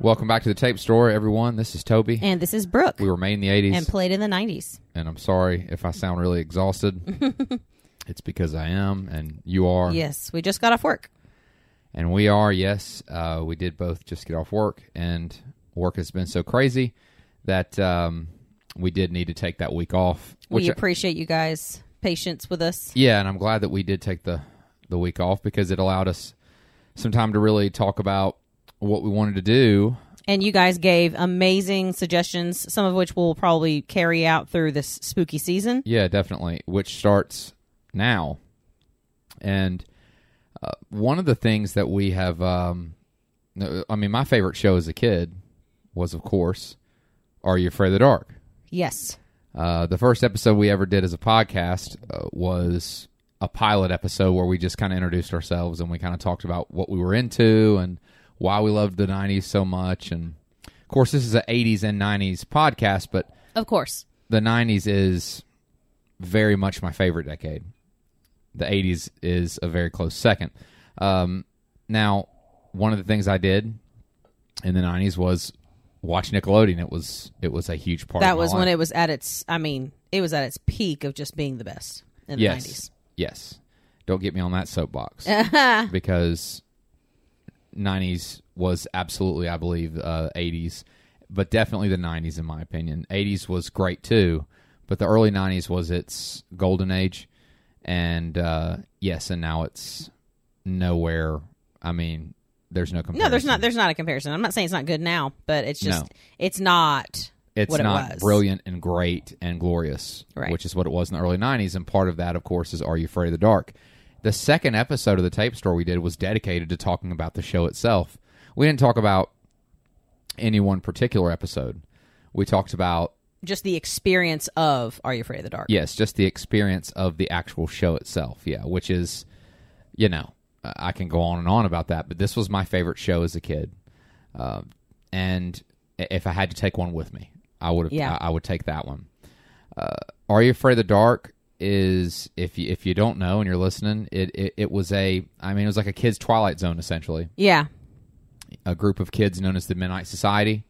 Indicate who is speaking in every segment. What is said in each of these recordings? Speaker 1: Welcome back to the Tape Store, everyone. This is Toby.
Speaker 2: And this is Brooke.
Speaker 1: we were made in the 80s,
Speaker 2: and played in the 90s.
Speaker 1: and I'm sorry if I sound really exhausted. it's because I am, and you are.
Speaker 2: Yes, we just got off work.
Speaker 1: And we are, yes. Uh, we did both just get off work, and work has been so crazy that um, we did need to take that week off.
Speaker 2: we
Speaker 1: I-
Speaker 2: appreciate you guys' patience with us.
Speaker 1: yeah, and I'm glad that we did take the, the week off because it allowed us some time to really talk about what we wanted to do.
Speaker 2: And you guys gave amazing suggestions, some of which we'll probably carry out through this spooky season.
Speaker 1: Yeah, definitely. Which starts now. And uh, one of the things that we have, um, no, I mean, my favorite show as a kid was, of course, Are You Afraid of the Dark?
Speaker 2: Yes.
Speaker 1: Uh, the first episode we ever did as a podcast uh, was a pilot episode where we just kind of introduced ourselves and we kind of talked about what we were into and why we loved the 90s so much. And of course, this is an 80s and 90s podcast, but
Speaker 2: Of course.
Speaker 1: the 90s is very much my favorite decade. The 80s is a very close second. Um, now, one of the things I did in the 90s was watch Nickelodeon. It was it was a huge part.
Speaker 2: That
Speaker 1: of my
Speaker 2: was when
Speaker 1: life.
Speaker 2: it was at its, I mean, it was at its peak of just being the best in the
Speaker 1: yes
Speaker 2: 90s.
Speaker 1: yes. Don't get me on that soapbox
Speaker 2: Uh-huh.
Speaker 1: because 90s was absolutely I believe uh, 80s, but definitely the 90s in my opinion. 80s was great too, but the early 90s was its golden age, and uh, yes, and now it's nowhere. I mean, there's no comparison.
Speaker 2: No, there's not. There's not a comparison. I'm not saying it's not good now, but it's just
Speaker 1: No.
Speaker 2: it's not
Speaker 1: it's
Speaker 2: what
Speaker 1: not
Speaker 2: it was.
Speaker 1: brilliant and great and glorious,
Speaker 2: Right.
Speaker 1: which is what it was in the early 90s. And part of that, of course, is Are You Afraid of the Dark? The second episode of the tape store we did was dedicated to talking about the show itself. We didn't talk about any one particular episode. We talked about,
Speaker 2: Just the experience of Are You Afraid of the Dark?
Speaker 1: yes, just the experience of the actual show itself. Yeah, which is, you know, uh, I can go on and on about that, but this was my favorite show as a kid. Um and i- if I had to take one with me, I would have,
Speaker 2: Yeah.
Speaker 1: I, I would take that one. Uh, Are You Afraid of the Dark is if you, if you don't know and you're listening, it, it it was a I mean it was like a kids Twilight Zone essentially.
Speaker 2: Yeah.
Speaker 1: A group of kids known as the Midnight Society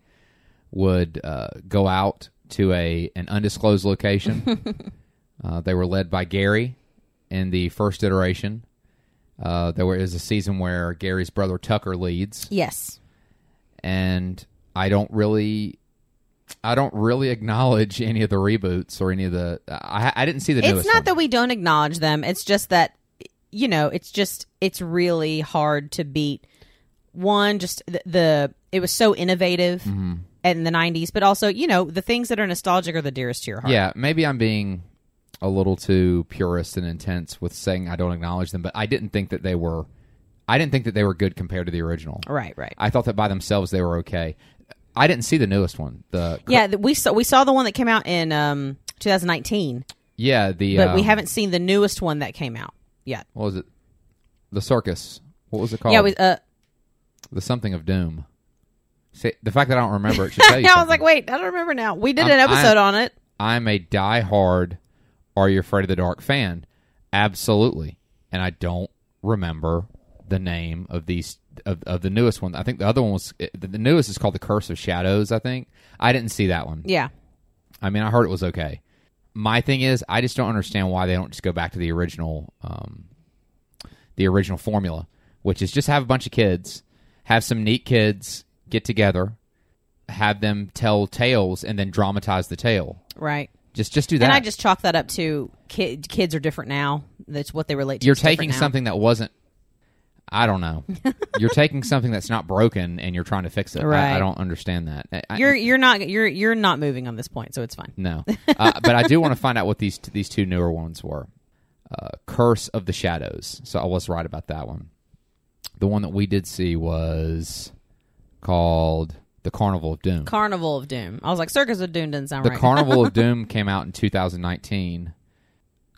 Speaker 1: would uh, go out to a an undisclosed location. uh, they were led by Gary in the first iteration. Uh, there was a season where Gary's brother Tucker leads
Speaker 2: Yes.
Speaker 1: and I don't really, I don't really acknowledge any of the reboots or any of the. I, I didn't see the
Speaker 2: it's
Speaker 1: newest
Speaker 2: not
Speaker 1: one.
Speaker 2: that we don't acknowledge them it's just that you know it's just it's really hard to beat one just the, the it was so innovative
Speaker 1: Mm-hmm.
Speaker 2: in the 90s but also you know the things that are nostalgic are the dearest to your heart
Speaker 1: yeah, maybe I'm being a little too purist and intense with saying I don't acknowledge them, but I didn't think that they were. I didn't think that they were good compared to the original.
Speaker 2: right right
Speaker 1: I thought that by themselves they were okay. I didn't see the newest one. The
Speaker 2: yeah th- we saw we saw the one that came out in um 2019
Speaker 1: yeah, the
Speaker 2: but we
Speaker 1: um,
Speaker 2: haven't seen the newest one that came out yet
Speaker 1: What was it? The circus. What was it called?
Speaker 2: yeah we uh
Speaker 1: the something of doom. See, the fact that I don't remember it should tell you.
Speaker 2: yeah i was
Speaker 1: something.
Speaker 2: like wait i don't remember now we did
Speaker 1: I'm-
Speaker 2: an episode
Speaker 1: I'm-
Speaker 2: on it
Speaker 1: I'm a diehard Are You Afraid of the Dark fan. Absolutely. And I don't remember the name of these of, of the newest one. I think the other one was eh, the the newest is called The Curse of Shadows, I think. I didn't see that one.
Speaker 2: yeah
Speaker 1: I mean, I heard it was okay. My thing is, I just don't understand why they don't just go back to the original, um, the original formula, which is just have a bunch of kids, have some neat kids get together, have them tell tales, and then dramatize the tale.
Speaker 2: right
Speaker 1: Just just do that.
Speaker 2: And I just chalk that up to kid, kids are different now. That's what they relate to.
Speaker 1: you're
Speaker 2: is different
Speaker 1: taking
Speaker 2: now.
Speaker 1: something that wasn't. I don't know. you're taking something that's not broken and you're trying to fix it. I- I,
Speaker 2: Right.
Speaker 1: don't understand that. I- I-
Speaker 2: You're you're not you're you're not moving on this point, so it's fine.
Speaker 1: no, uh, but I do want to find out what these these two newer ones were. Uh, Curse of the Shadows. So I was right about that one. The one that we did see was called the Carnival of Doom.
Speaker 2: Carnival of Doom. I was like, Circus of Doom doesn't sound
Speaker 1: The
Speaker 2: right.
Speaker 1: Carnival of Doom came out in 2019.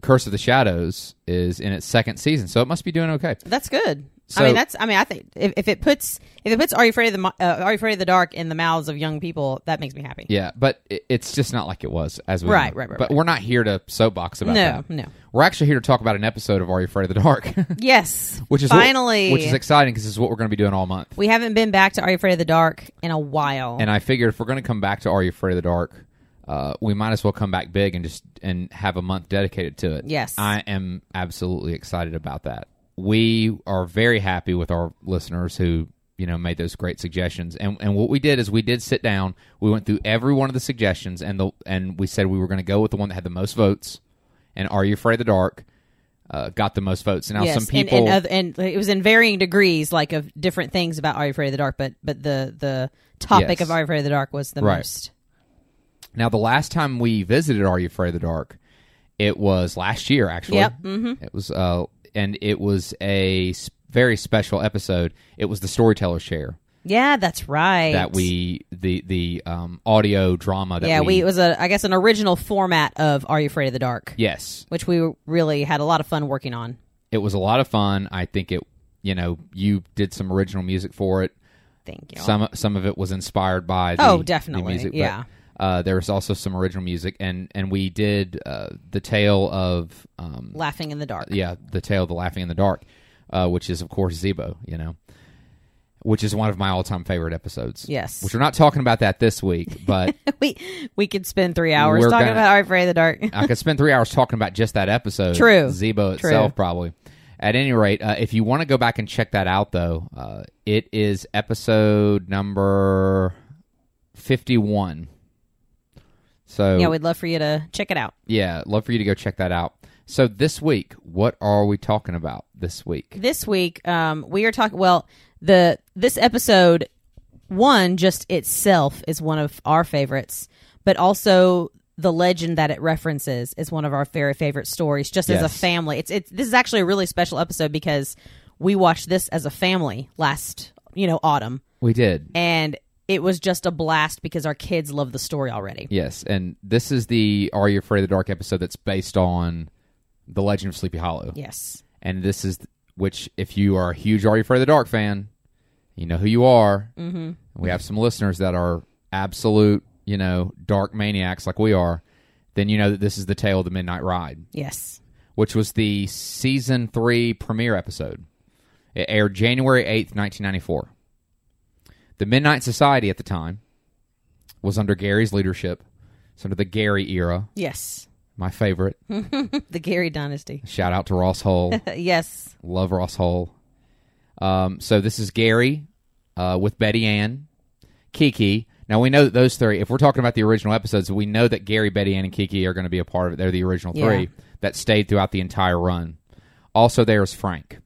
Speaker 1: Curse of the Shadows is in its second season, so it must be doing okay.
Speaker 2: That's good.
Speaker 1: So,
Speaker 2: I mean, that's. I mean, I think if, if it puts if it puts Are You Afraid of the Mo- uh, Are You Afraid of the Dark in the mouths of young people, that makes me happy.
Speaker 1: yeah, but it, it's just not like it was as we
Speaker 2: Right,
Speaker 1: know.
Speaker 2: right, right,
Speaker 1: But
Speaker 2: right.
Speaker 1: we're not here to soapbox about
Speaker 2: No,
Speaker 1: that.
Speaker 2: no.
Speaker 1: We're actually here to talk about an episode of Are You Afraid of the Dark,
Speaker 2: Yes,
Speaker 1: which is what-
Speaker 2: finally
Speaker 1: which is exciting because this is what we're going to be doing all month.
Speaker 2: we haven't been back to Are You Afraid of the Dark in a while.
Speaker 1: And I figured if we're going to come back to Are You Afraid of the Dark, uh, we might as well come back big and just and have a month dedicated to it.
Speaker 2: Yes.
Speaker 1: I am absolutely excited about that. We are very happy with our listeners who you know made those great suggestions. And and what we did is we did sit down. We went through every one of the suggestions and the and we said we were going to go with the one that had the most votes. And Are You Afraid of the Dark? Uh, got the most votes. Now
Speaker 2: yes,
Speaker 1: some people
Speaker 2: and, and, other, and it was in varying degrees, like of different things about Are You Afraid of the Dark, but but the the topic
Speaker 1: Yes.
Speaker 2: of Are You Afraid of the Dark was the
Speaker 1: Right.
Speaker 2: most.
Speaker 1: Now, the last time we visited Are You Afraid of the Dark, it was last year, actually.
Speaker 2: Yep, mm-hmm.
Speaker 1: It was, uh, and it was a s- very special episode. It was the storyteller share
Speaker 2: Yeah, that's right.
Speaker 1: that we the the um, audio drama that
Speaker 2: yeah
Speaker 1: we,
Speaker 2: we it was a I guess an original format of Are You Afraid of the Dark,
Speaker 1: yes,
Speaker 2: which we really had a lot of fun working on.
Speaker 1: it was a lot of fun. I think it, you know, you did some original music for it.
Speaker 2: Thank you.
Speaker 1: Some some of it was inspired by the,
Speaker 2: Oh,
Speaker 1: the
Speaker 2: definitely,
Speaker 1: music, but,
Speaker 2: yeah.
Speaker 1: uh, there was also some original music, and and we did uh, the tale of um,
Speaker 2: Laughing in the dark.
Speaker 1: yeah, the tale of the laughing in the dark, uh, which is of course Zebo, you know, which is one of my all-time favorite episodes.
Speaker 2: Yes.
Speaker 1: which we're not talking about that this week, but
Speaker 2: we we could spend three hours
Speaker 1: We're
Speaker 2: talking
Speaker 1: gonna-
Speaker 2: about Are You Afraid of the Dark.
Speaker 1: I could spend three hours talking about just that episode.
Speaker 2: True.
Speaker 1: Zebo
Speaker 2: True.
Speaker 1: itself, probably. At any rate, uh, if you want to go back and check that out, though, uh, it is episode number fifty-one. So
Speaker 2: yeah, we'd love for you to check it out.
Speaker 1: yeah, love for you to go check that out. So this week, what are we talking about this week?
Speaker 2: This week, um, we are talking. Well, the this episode one just itself is one of our favorites, but also the legend that it references is one of our very favorite stories. Just as a
Speaker 1: Yes.
Speaker 2: family, it's it's this is actually a really special episode because we watched this as a family last you know autumn,
Speaker 1: We did.
Speaker 2: and it was just a blast because our kids love the story already.
Speaker 1: Yes, and this is the Are You Afraid of the Dark episode that's based on the Legend of Sleepy Hollow,
Speaker 2: Yes.
Speaker 1: and this is which if you are a huge Are You Afraid of the Dark fan, you know who you are. Mm-hmm. We have some listeners that are absolute, you know, dark maniacs like we are. Then you know that this is the tale of the Midnight Ride,
Speaker 2: Yes.
Speaker 1: which was the season three premiere episode. It aired January eighth, nineteen ninety four. The Midnight Society at the time was under Gary's leadership. It's under the Gary era,
Speaker 2: Yes.
Speaker 1: my favorite.
Speaker 2: the Gary dynasty. Uh,
Speaker 1: Shout out to Ross Hull.
Speaker 2: yes.
Speaker 1: Love Ross Hull. Um, so this is Gary uh, with Betty Ann, Kiki. Now we know that those three. If we're talking about the original episodes, we know that Gary, Betty Ann, and Kiki are going to be a part of it. They're the original
Speaker 2: Yeah.
Speaker 1: three that stayed throughout the entire run. Also, there's Frank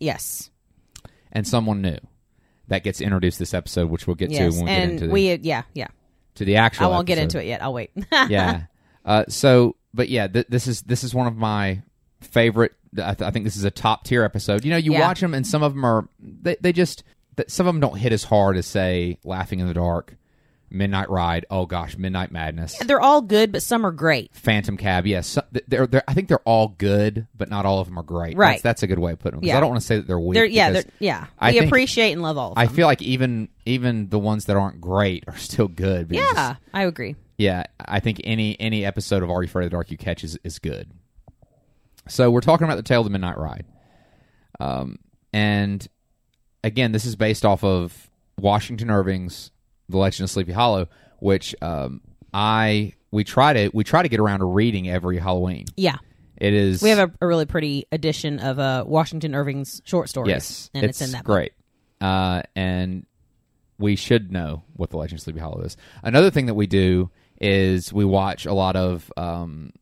Speaker 2: Yes.
Speaker 1: and someone new that gets introduced this episode, which we'll get
Speaker 2: Yes.
Speaker 1: to when we
Speaker 2: and
Speaker 1: get into the,
Speaker 2: we yeah, yeah.
Speaker 1: to the actual.
Speaker 2: I won't get
Speaker 1: episode.
Speaker 2: into it yet. I'll wait.
Speaker 1: yeah. Uh, so, but yeah, th- this is this is one of my favorite. I, th- I think this is a top tier episode. You know, you watch
Speaker 2: Yeah.
Speaker 1: 'em watch them, and some of them are they, they just th- some of them don't hit as hard as say "Laughing in the Dark," "Midnight Ride." Oh gosh, "Midnight Madness,"
Speaker 2: They're all good, but some are great.
Speaker 1: "Phantom Cab." Yes, yeah, so- th- they're, they're I think they're all good, but not all of them are great.
Speaker 2: Right.
Speaker 1: That's, that's a good way of putting them. 'cause
Speaker 2: Yeah.
Speaker 1: I don't want to say that they're weak.
Speaker 2: They're yeah, they're,
Speaker 1: because
Speaker 2: yeah.
Speaker 1: I
Speaker 2: we
Speaker 1: think-
Speaker 2: appreciate and love all of
Speaker 1: I
Speaker 2: them.
Speaker 1: feel like even even the ones that aren't great are still good. because it's
Speaker 2: yeah, I agree.
Speaker 1: yeah, I think any any episode of Are You Afraid of the Dark you catch is, is good. So we're talking about the Tale of the Midnight Ride, um, and again, this is based off of Washington Irving's The Legend of Sleepy Hollow, which um, I we try to we try to get around to reading every Halloween.
Speaker 2: Yeah.
Speaker 1: It is
Speaker 2: We have a, a really pretty edition of uh, Washington Irving's short stories.
Speaker 1: yes,
Speaker 2: And it's, in that book.
Speaker 1: great, uh, and we should know what The Legend of Sleepy Hollow is. Another thing that we do is we watch a lot of um,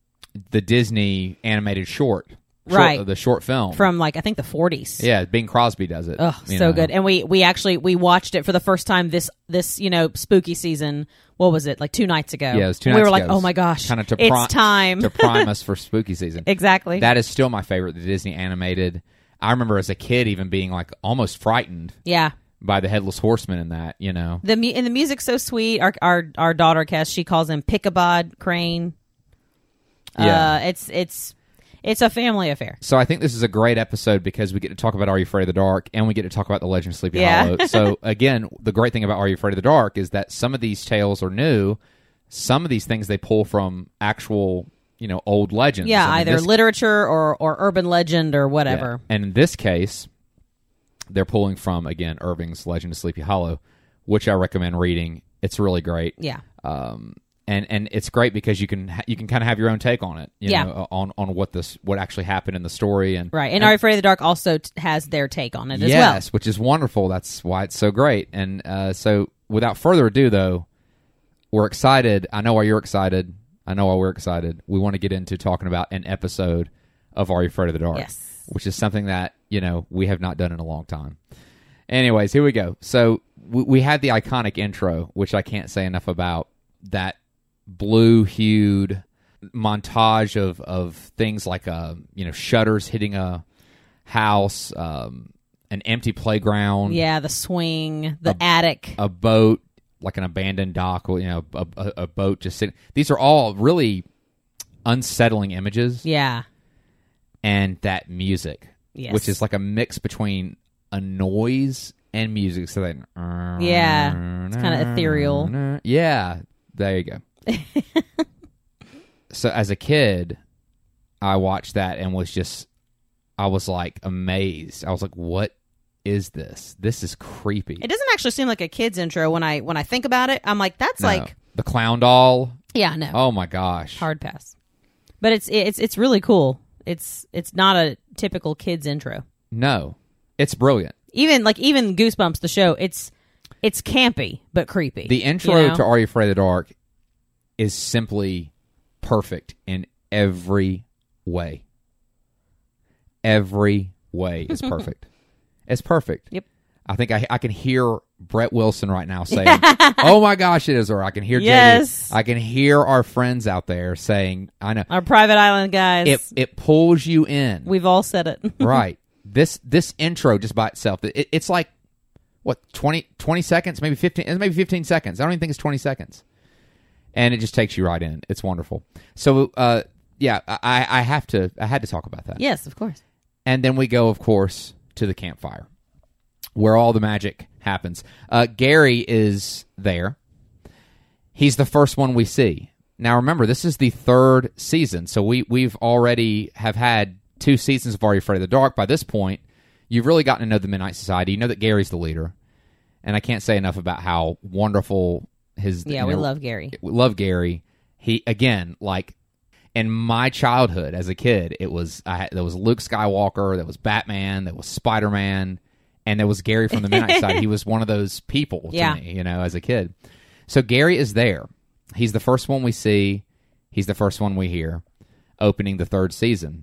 Speaker 1: the Disney animated short, short-
Speaker 2: Right.
Speaker 1: The short film
Speaker 2: from like I think the forties.
Speaker 1: yeah, Bing Crosby does it.
Speaker 2: Oh,
Speaker 1: you
Speaker 2: so
Speaker 1: know.
Speaker 2: good. And we we actually we watched it for the first time this this you know spooky season. What was it like two nights ago?
Speaker 1: Yeah, it was two
Speaker 2: we
Speaker 1: nights
Speaker 2: were like,
Speaker 1: ago.
Speaker 2: oh my gosh,
Speaker 1: Kinda to
Speaker 2: it's
Speaker 1: prime-
Speaker 2: time.
Speaker 1: to prime us for spooky season.
Speaker 2: exactly.
Speaker 1: That is still my favorite. The Disney animated. I remember as a kid even being like almost frightened
Speaker 2: yeah.
Speaker 1: by the headless horseman in that. You know,
Speaker 2: The mu- and the music's so sweet. Our our our daughter Cass, she calls him Pickabod Crane.
Speaker 1: Yeah.
Speaker 2: Uh, it's it's It's a family affair.
Speaker 1: So I think this is a great episode because we get to talk about Are You Afraid of the Dark and we get to talk about the Legend of Sleepy
Speaker 2: Yeah.
Speaker 1: Hollow. So again, the great thing about Are You Afraid of the Dark is that some of these tales are new. Some of these things they pull from actual, you know, old legends.
Speaker 2: Yeah,
Speaker 1: I mean,
Speaker 2: either
Speaker 1: this-
Speaker 2: literature or, or urban legend or whatever.
Speaker 1: Yeah. And in this case, they're pulling from again Irving's Legend of Sleepy Hollow, which I recommend reading. It's really great.
Speaker 2: Yeah.
Speaker 1: Um, and and it's great because you can ha- you can kind of have your own take on it. You
Speaker 2: Yeah.
Speaker 1: know, on on what this what actually happened in the story and
Speaker 2: Right. And Are You Afraid of the Dark also t- has their take on it as well.
Speaker 1: yes, which is wonderful. That's why it's so great. And uh, so, without further ado, though, we're excited. I know why you're excited. I know why we're excited. We want to get into talking about an episode of Are You Afraid of the Dark?
Speaker 2: Yes.
Speaker 1: Which is something that, you know, we have not done in a long time. Anyways, here we go. So, we, we had the iconic intro, which I can't say enough about, that blue hued montage of, of things like, uh, you know, shutters hitting a house, um, an empty playground,
Speaker 2: Yeah, the swing, the attic.
Speaker 1: a boat, like an abandoned dock, or, you know, a, a, a boat just sitting. These are all really unsettling images,
Speaker 2: yeah.
Speaker 1: and that music,
Speaker 2: Yes.
Speaker 1: which is like a mix between a noise and music. So then,
Speaker 2: Yeah. It's kinda ethereal.
Speaker 1: Yeah, there you go. so as a kid, I watched that and was just, I was like amazed. I was like, what is this? This is creepy.
Speaker 2: It doesn't actually seem like a kid's intro when I when I think about it. I'm like, that's
Speaker 1: No.
Speaker 2: like
Speaker 1: the clown doll.
Speaker 2: Yeah, no.
Speaker 1: Oh my gosh.
Speaker 2: Hard pass. But it's it's it's really cool. It's it's not a typical kids intro.
Speaker 1: No. It's brilliant.
Speaker 2: Even like even Goosebumps the show, it's it's campy but creepy.
Speaker 1: The
Speaker 2: you
Speaker 1: intro
Speaker 2: know?
Speaker 1: to Are You Afraid of the Dark is simply perfect in every way. Every way is perfect. it's perfect.
Speaker 2: Yep.
Speaker 1: I think I, I can hear Brett Wilson right now saying, "Oh my gosh, it is!" Or I can hear
Speaker 2: Yes.
Speaker 1: JD. I can hear our friends out there saying, "I know."
Speaker 2: Our private island guys.
Speaker 1: It it pulls you in.
Speaker 2: We've all said it.
Speaker 1: right this this intro just by itself it, it's like what 20, 20 seconds maybe 15 it's maybe 15 seconds i don't even think it's 20 seconds and it just takes you right in it's wonderful so uh yeah i i have to i had to talk about that
Speaker 2: yes, of course.
Speaker 1: and then we go of course to the campfire where all the magic happens uh gary is there he's the first one we see now remember this is the third season so we we've already have had two seasons of are you afraid of the dark by this point you've really gotten to know the midnight society you know that gary's the leader and i can't say enough about how wonderful his
Speaker 2: Yeah,
Speaker 1: you
Speaker 2: we
Speaker 1: know,
Speaker 2: love Gary.
Speaker 1: we love Gary. He again, like in my childhood as a kid, it was I had, there was Luke Skywalker, there was Batman, there was Spider Man, and there was Gary from the Midnight Side. He was one of those people to
Speaker 2: Yeah.
Speaker 1: me, you know, as a kid. So Gary is there. He's the first one we see. He's the first one we hear opening the third season.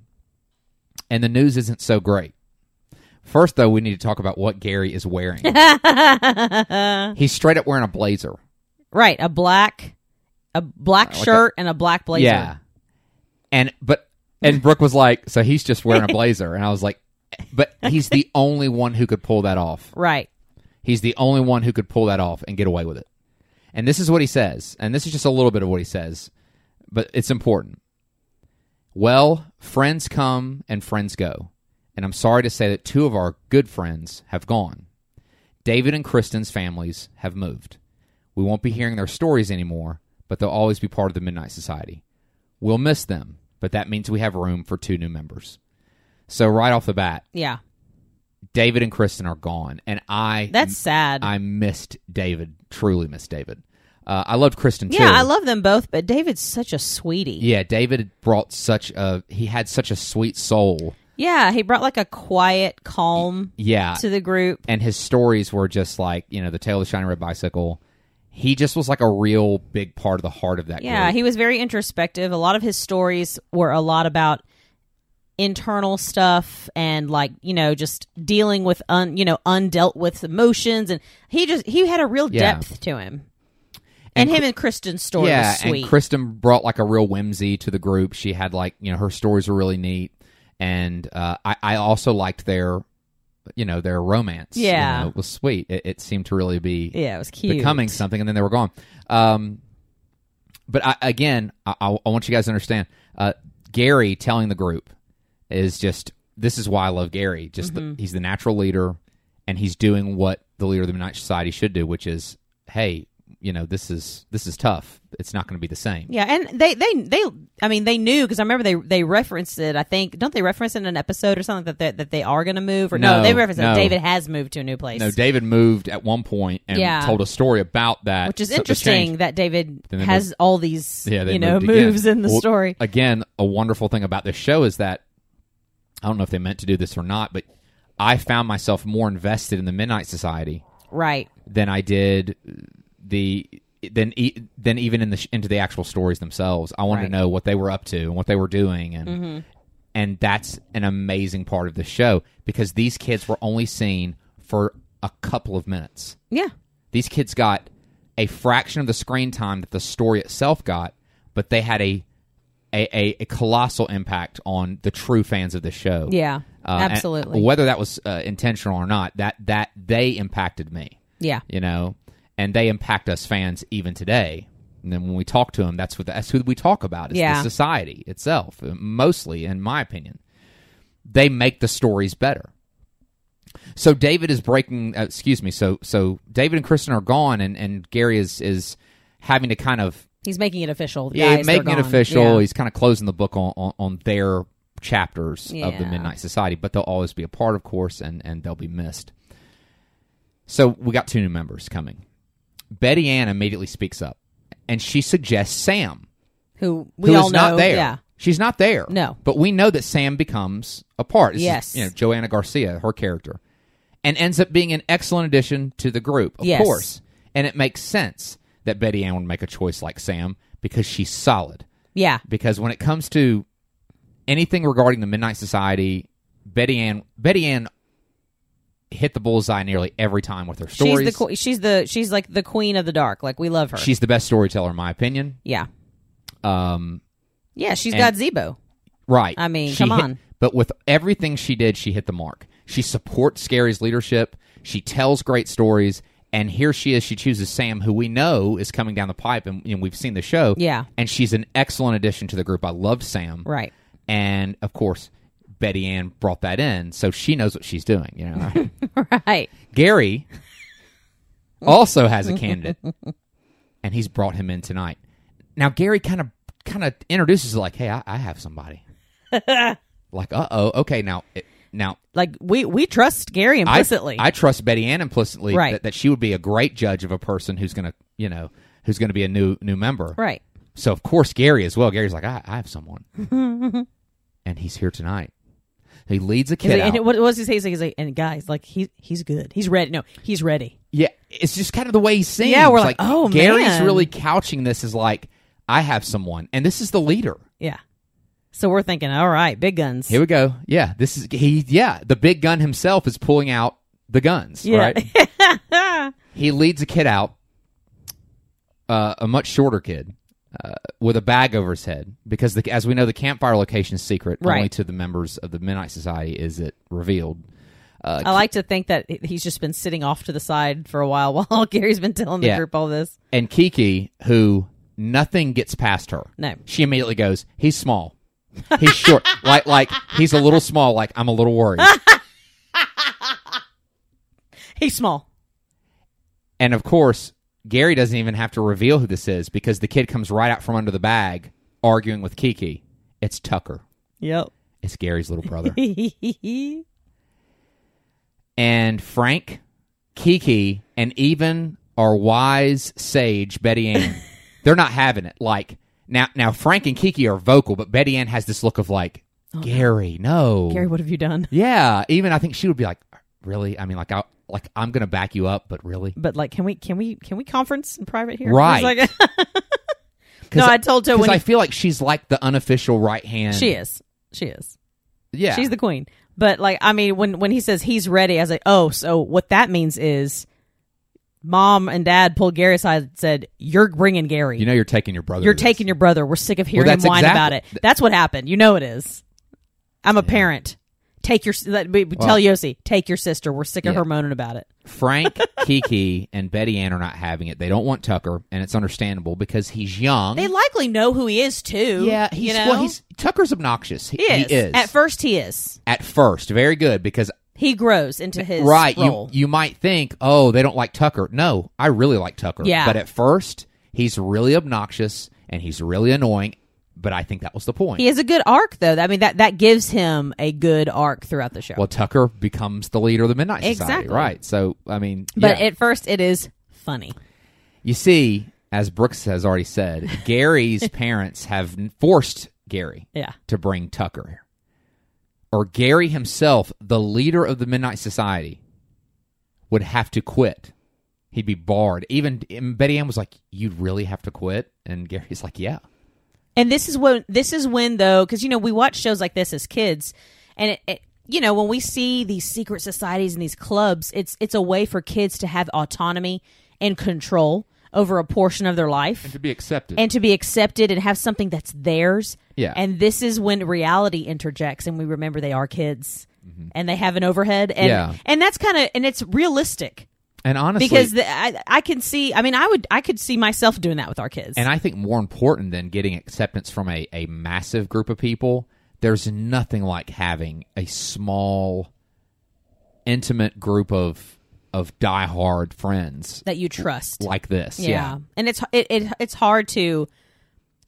Speaker 1: And the news isn't so great. First, though, we need to talk about what Gary is wearing. He's straight up wearing a blazer.
Speaker 2: Right, a black a black
Speaker 1: like
Speaker 2: shirt and a black blazer.
Speaker 1: Yeah. And but and Brooke was like, so he's just wearing a blazer, and I was like, but he's the only one who could pull that off.
Speaker 2: Right.
Speaker 1: He's the only one who could pull that off and get away with it. And this is what he says, and this is just a little bit of what he says, but it's important. Well, friends come and friends go, and I'm sorry to say that two of our good friends have gone. David and Kristen's families have moved. We won't be hearing their stories anymore, but they'll always be part of the Midnight Society. We'll miss them, but that means we have room for two new members. So right off the bat,
Speaker 2: Yeah.
Speaker 1: David and Kristen are gone, and I
Speaker 2: That's sad.
Speaker 1: Mm, I missed David. Truly missed David. Uh, I loved Kristen too.
Speaker 2: yeah, I love them both, but David's such a sweetie.
Speaker 1: Yeah, David brought such a. He had such a sweet soul.
Speaker 2: Yeah, he brought like a quiet calm
Speaker 1: Yeah,
Speaker 2: to the group.
Speaker 1: and his stories were just like you know the tale of the shining red bicycle. He just was like a real big part of the heart of that.
Speaker 2: Yeah,
Speaker 1: group.
Speaker 2: he was very introspective. A lot of his stories were a lot about internal stuff and like, you know, just dealing with un, you know, undealt with emotions and he just he had a real
Speaker 1: Yeah.
Speaker 2: depth to him. And, him and Kristen's story
Speaker 1: yeah,
Speaker 2: was sweet.
Speaker 1: and Kristen brought like a real whimsy to the group. She had like you know her stories were really neat, and uh, I I also liked their you know their romance. you
Speaker 2: Yeah.
Speaker 1: know, it was sweet. It, it seemed to really be
Speaker 2: yeah, it was cute.
Speaker 1: becoming something, and then they were gone. Um, but I, again, I, I I want you guys to understand uh, Gary telling the group is just this is why I love Gary. Just
Speaker 2: Mm-hmm.
Speaker 1: the, he's the natural leader, and he's doing what the leader of the Midnight Society should do, which is, hey, you know, this is this is tough. It's not going to be the same.
Speaker 2: Yeah, and they they they I mean they knew because I remember they they referenced it. I think don't they reference it in an episode or something that they, that they are going to move or no,
Speaker 1: No,
Speaker 2: they reference
Speaker 1: no.
Speaker 2: that David has moved to a new place,
Speaker 1: No, David moved at one point and
Speaker 2: Yeah.
Speaker 1: told a story about that,
Speaker 2: which is
Speaker 1: so- the change.
Speaker 2: interesting that David
Speaker 1: Then they
Speaker 2: has all these
Speaker 1: Yeah, they
Speaker 2: you know
Speaker 1: moved again.
Speaker 2: moves in the
Speaker 1: Well,
Speaker 2: story.
Speaker 1: Again, a wonderful thing about this show is that I don't know if they meant to do this or not, but I found myself more invested in the Midnight Society
Speaker 2: Right.
Speaker 1: than I did the than e- than even in the sh- into the actual stories themselves. I wanted
Speaker 2: Right. Mm-hmm.
Speaker 1: to know what they were up to and what they were doing, and and that's an amazing part of the show because these kids were only seen for a couple of minutes.
Speaker 2: Yeah.
Speaker 1: These kids got a fraction of the screen time that the story itself got, but they had a a, a, a colossal impact on the true fans of the show.
Speaker 2: Yeah.
Speaker 1: Uh, and
Speaker 2: absolutely.
Speaker 1: whether that was uh, intentional or not, that that they impacted me,
Speaker 2: yeah.
Speaker 1: you know, and they impact us fans even today. And then when we talk to them, that's what that's who we talk about. It's
Speaker 2: Yeah.
Speaker 1: the society itself, uh, mostly, in my opinion. They make the stories better. So David is breaking. Uh, excuse me. So so David and Kristen are gone, and and Gary is is having to kind of
Speaker 2: He's making it official. The
Speaker 1: yeah,
Speaker 2: guys, they're
Speaker 1: making it
Speaker 2: gone.
Speaker 1: official.
Speaker 2: Yeah.
Speaker 1: He's kind of closing the book on, on, on their chapters of the
Speaker 2: Yeah.
Speaker 1: Midnight Society, but they'll always be a part, of course, and, and they'll be missed. So we got two new members coming. Betty Ann immediately speaks up, and she suggests Sam,
Speaker 2: who
Speaker 1: who
Speaker 2: we
Speaker 1: is
Speaker 2: all know.
Speaker 1: not there.
Speaker 2: Yeah.
Speaker 1: She's not there.
Speaker 2: No.
Speaker 1: But we know that Sam becomes a part. This is,
Speaker 2: Yes.
Speaker 1: you know, Joanna Garcia, her character, and ends up being an excellent addition to the group, of
Speaker 2: Yes.
Speaker 1: course. And it makes sense that Betty Ann would make a choice like Sam because she's solid
Speaker 2: Yeah.
Speaker 1: because when it comes to anything regarding the Midnight Society, Betty Ann Betty Ann hit the bullseye nearly every time with her
Speaker 2: She's
Speaker 1: stories.
Speaker 2: the que- she's the she's like the queen of the dark. Like we love her.
Speaker 1: She's the best storyteller, in my opinion.
Speaker 2: yeah.
Speaker 1: Um,
Speaker 2: Yeah, she's
Speaker 1: And-
Speaker 2: got Zebo.
Speaker 1: right.
Speaker 2: I mean,
Speaker 1: She
Speaker 2: come
Speaker 1: hit-
Speaker 2: on.
Speaker 1: But with everything she did, she hit the mark. She supports Scary's leadership. She tells great stories. And here she is. She chooses Sam, who we know is coming down the pipe, and you know, we've seen the show.
Speaker 2: Yeah.
Speaker 1: And she's an excellent addition to the group. I loved Sam.
Speaker 2: Right.
Speaker 1: and of course betty ann brought that in so she knows what she's doing you know
Speaker 2: Right.
Speaker 1: gary also has a candidate and he's brought him in tonight now gary kind of kind of introduces like hey i, I have somebody like uh-oh okay now it, now
Speaker 2: Like we we trust Gary
Speaker 1: I,
Speaker 2: implicitly.
Speaker 1: I trust betty ann implicitly
Speaker 2: Right.
Speaker 1: that, that she would be a great judge of a person who's gonna you know who's gonna be a new new member
Speaker 2: right.
Speaker 1: so of course Gary as well. Gary's like, I, I have someone, and he's here tonight. He leads a
Speaker 2: He's
Speaker 1: kid
Speaker 2: like- and
Speaker 1: out.
Speaker 2: it- what was he saying? He's like, he's like, and guys, like he's he's good. He's ready. No, he's ready.
Speaker 1: yeah, it's just kind of the way he sings.
Speaker 2: Yeah, we're like, "Oh,
Speaker 1: Gary's
Speaker 2: man."
Speaker 1: really couching this as like, I have someone, and this is the leader.
Speaker 2: Yeah. So we're thinking, all right, big guns.
Speaker 1: Here we go. Yeah, this is he. Yeah, the big gun himself is pulling out the guns.
Speaker 2: Yeah.
Speaker 1: Right. he leads a kid out, uh, a much shorter kid, uh, with a bag over his head because, the, as we know, the campfire location is secret. Only
Speaker 2: Right.
Speaker 1: to the members of the Midnight Society is it revealed.
Speaker 2: I like to think that he's just been sitting off to the side for a while while Gary's been telling the
Speaker 1: Yeah.
Speaker 2: group all this.
Speaker 1: And Kiki, who nothing gets past her,
Speaker 2: No.
Speaker 1: she immediately goes, "He's small, he's short, like like he's a little small. Like I'm a little worried."
Speaker 2: He's small.
Speaker 1: And of course, Gary doesn't even have to reveal who this is because the kid comes right out from under the bag, arguing with Kiki. It's Tucker.
Speaker 2: Yep.
Speaker 1: It's Gary's little brother.
Speaker 2: yeah.
Speaker 1: and Frank, Kiki, and even our wise sage Betty Ann. They're not having it. Like now, now Frank and Kiki are vocal, but Betty Ann has this look of like Gary, no,
Speaker 2: Oh, Gary, what have you done?
Speaker 1: yeah. Even I think she would be like, really? I mean, like I like I'm gonna back you up, but really,
Speaker 2: But like, can we can we can we conference in private here?
Speaker 1: Right.
Speaker 2: He's like-
Speaker 1: 'Cause
Speaker 2: no,
Speaker 1: I-
Speaker 2: I told her
Speaker 1: because
Speaker 2: when
Speaker 1: I
Speaker 2: he-
Speaker 1: feel like she's like the unofficial right hand.
Speaker 2: she is, she is,
Speaker 1: Yeah,
Speaker 2: she's the queen. But like, I mean, when when he says he's ready, I was like, oh, so what that means is, mom and dad pulled Gary aside and said, "You're bringing Gary.
Speaker 1: You know, you're taking your brother.
Speaker 2: You're
Speaker 1: to this.
Speaker 2: taking your brother. We're sick of hearing him
Speaker 1: that's
Speaker 2: whine
Speaker 1: exactly-
Speaker 2: about it. That's what happened. You know it is. I'm a parent. Take your let me tell Yossi. Take your sister. We're sick of
Speaker 1: Yeah.
Speaker 2: her moaning about it.
Speaker 1: Frank, Kiki, and Betty Ann are not having it. They don't want Tucker, and it's understandable because he's young.
Speaker 2: They likely know who he is too.
Speaker 1: yeah, he's
Speaker 2: you know?
Speaker 1: well, he's Tucker's obnoxious. He,
Speaker 2: he is.
Speaker 1: he is.
Speaker 2: At first, he is.
Speaker 1: At first, very good because
Speaker 2: He grows into his
Speaker 1: right,
Speaker 2: Role.
Speaker 1: you you might think, oh, they don't like Tucker. No, I really like Tucker.
Speaker 2: Yeah.
Speaker 1: but at first, he's really obnoxious and he's really annoying. But I think that was the point.
Speaker 2: he has a good arc, though. I mean that that gives him a good arc throughout the show.
Speaker 1: Well, Tucker becomes the leader of the Midnight Society,
Speaker 2: Exactly.
Speaker 1: right? So, I mean,
Speaker 2: but
Speaker 1: yeah.
Speaker 2: at first, it is funny.
Speaker 1: you see, as Brooks has already said, Gary's parents have n- forced Gary
Speaker 2: Yeah.
Speaker 1: to bring Tucker here, or Gary himself, the leader of the Midnight Society, would have to quit. He'd be barred. Even and Betty Ann was like, "You'd really have to quit," and Gary's like, "Yeah."
Speaker 2: And this is when this is when though, because you know we watch shows like this as kids, and it, it, you know when we see these secret societies and these clubs, it's it's a way for kids to have autonomy and control over a portion of their life,
Speaker 1: To be accepted,
Speaker 2: and to be accepted and have something that's theirs.
Speaker 1: Yeah.
Speaker 2: And this is when reality interjects, and we remember they are kids, and they have an overhead, and
Speaker 1: Mm-hmm. Yeah.
Speaker 2: and that's kind of and it's realistic
Speaker 1: and honestly,
Speaker 2: because the, I I can see, I mean, I would I could see myself doing that with our kids.
Speaker 1: And I think more important than getting acceptance from a, a massive group of people, there's nothing like having a small, intimate group of of diehard friends
Speaker 2: that you trust.
Speaker 1: like this. Yeah.
Speaker 2: Yeah. And it's it, it it's hard to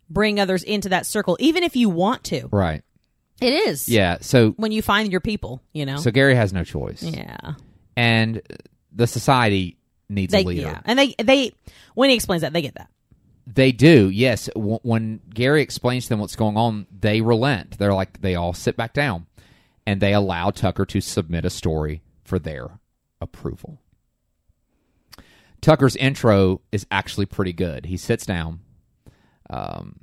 Speaker 2: bring others into that circle even if you want to.
Speaker 1: Right.
Speaker 2: It is.
Speaker 1: Yeah. So
Speaker 2: When you find your people, you know.
Speaker 1: so Gary has no choice.
Speaker 2: yeah.
Speaker 1: And the society needs
Speaker 2: They
Speaker 1: a leader.
Speaker 2: yeah. And they they when he explains that, they get that.
Speaker 1: They do, yes. W- when Gary explains to them what's going on, they relent. They're like, they all sit back down and they allow Tucker to submit a story for their approval. Tucker's intro is actually pretty good. He sits down. Um,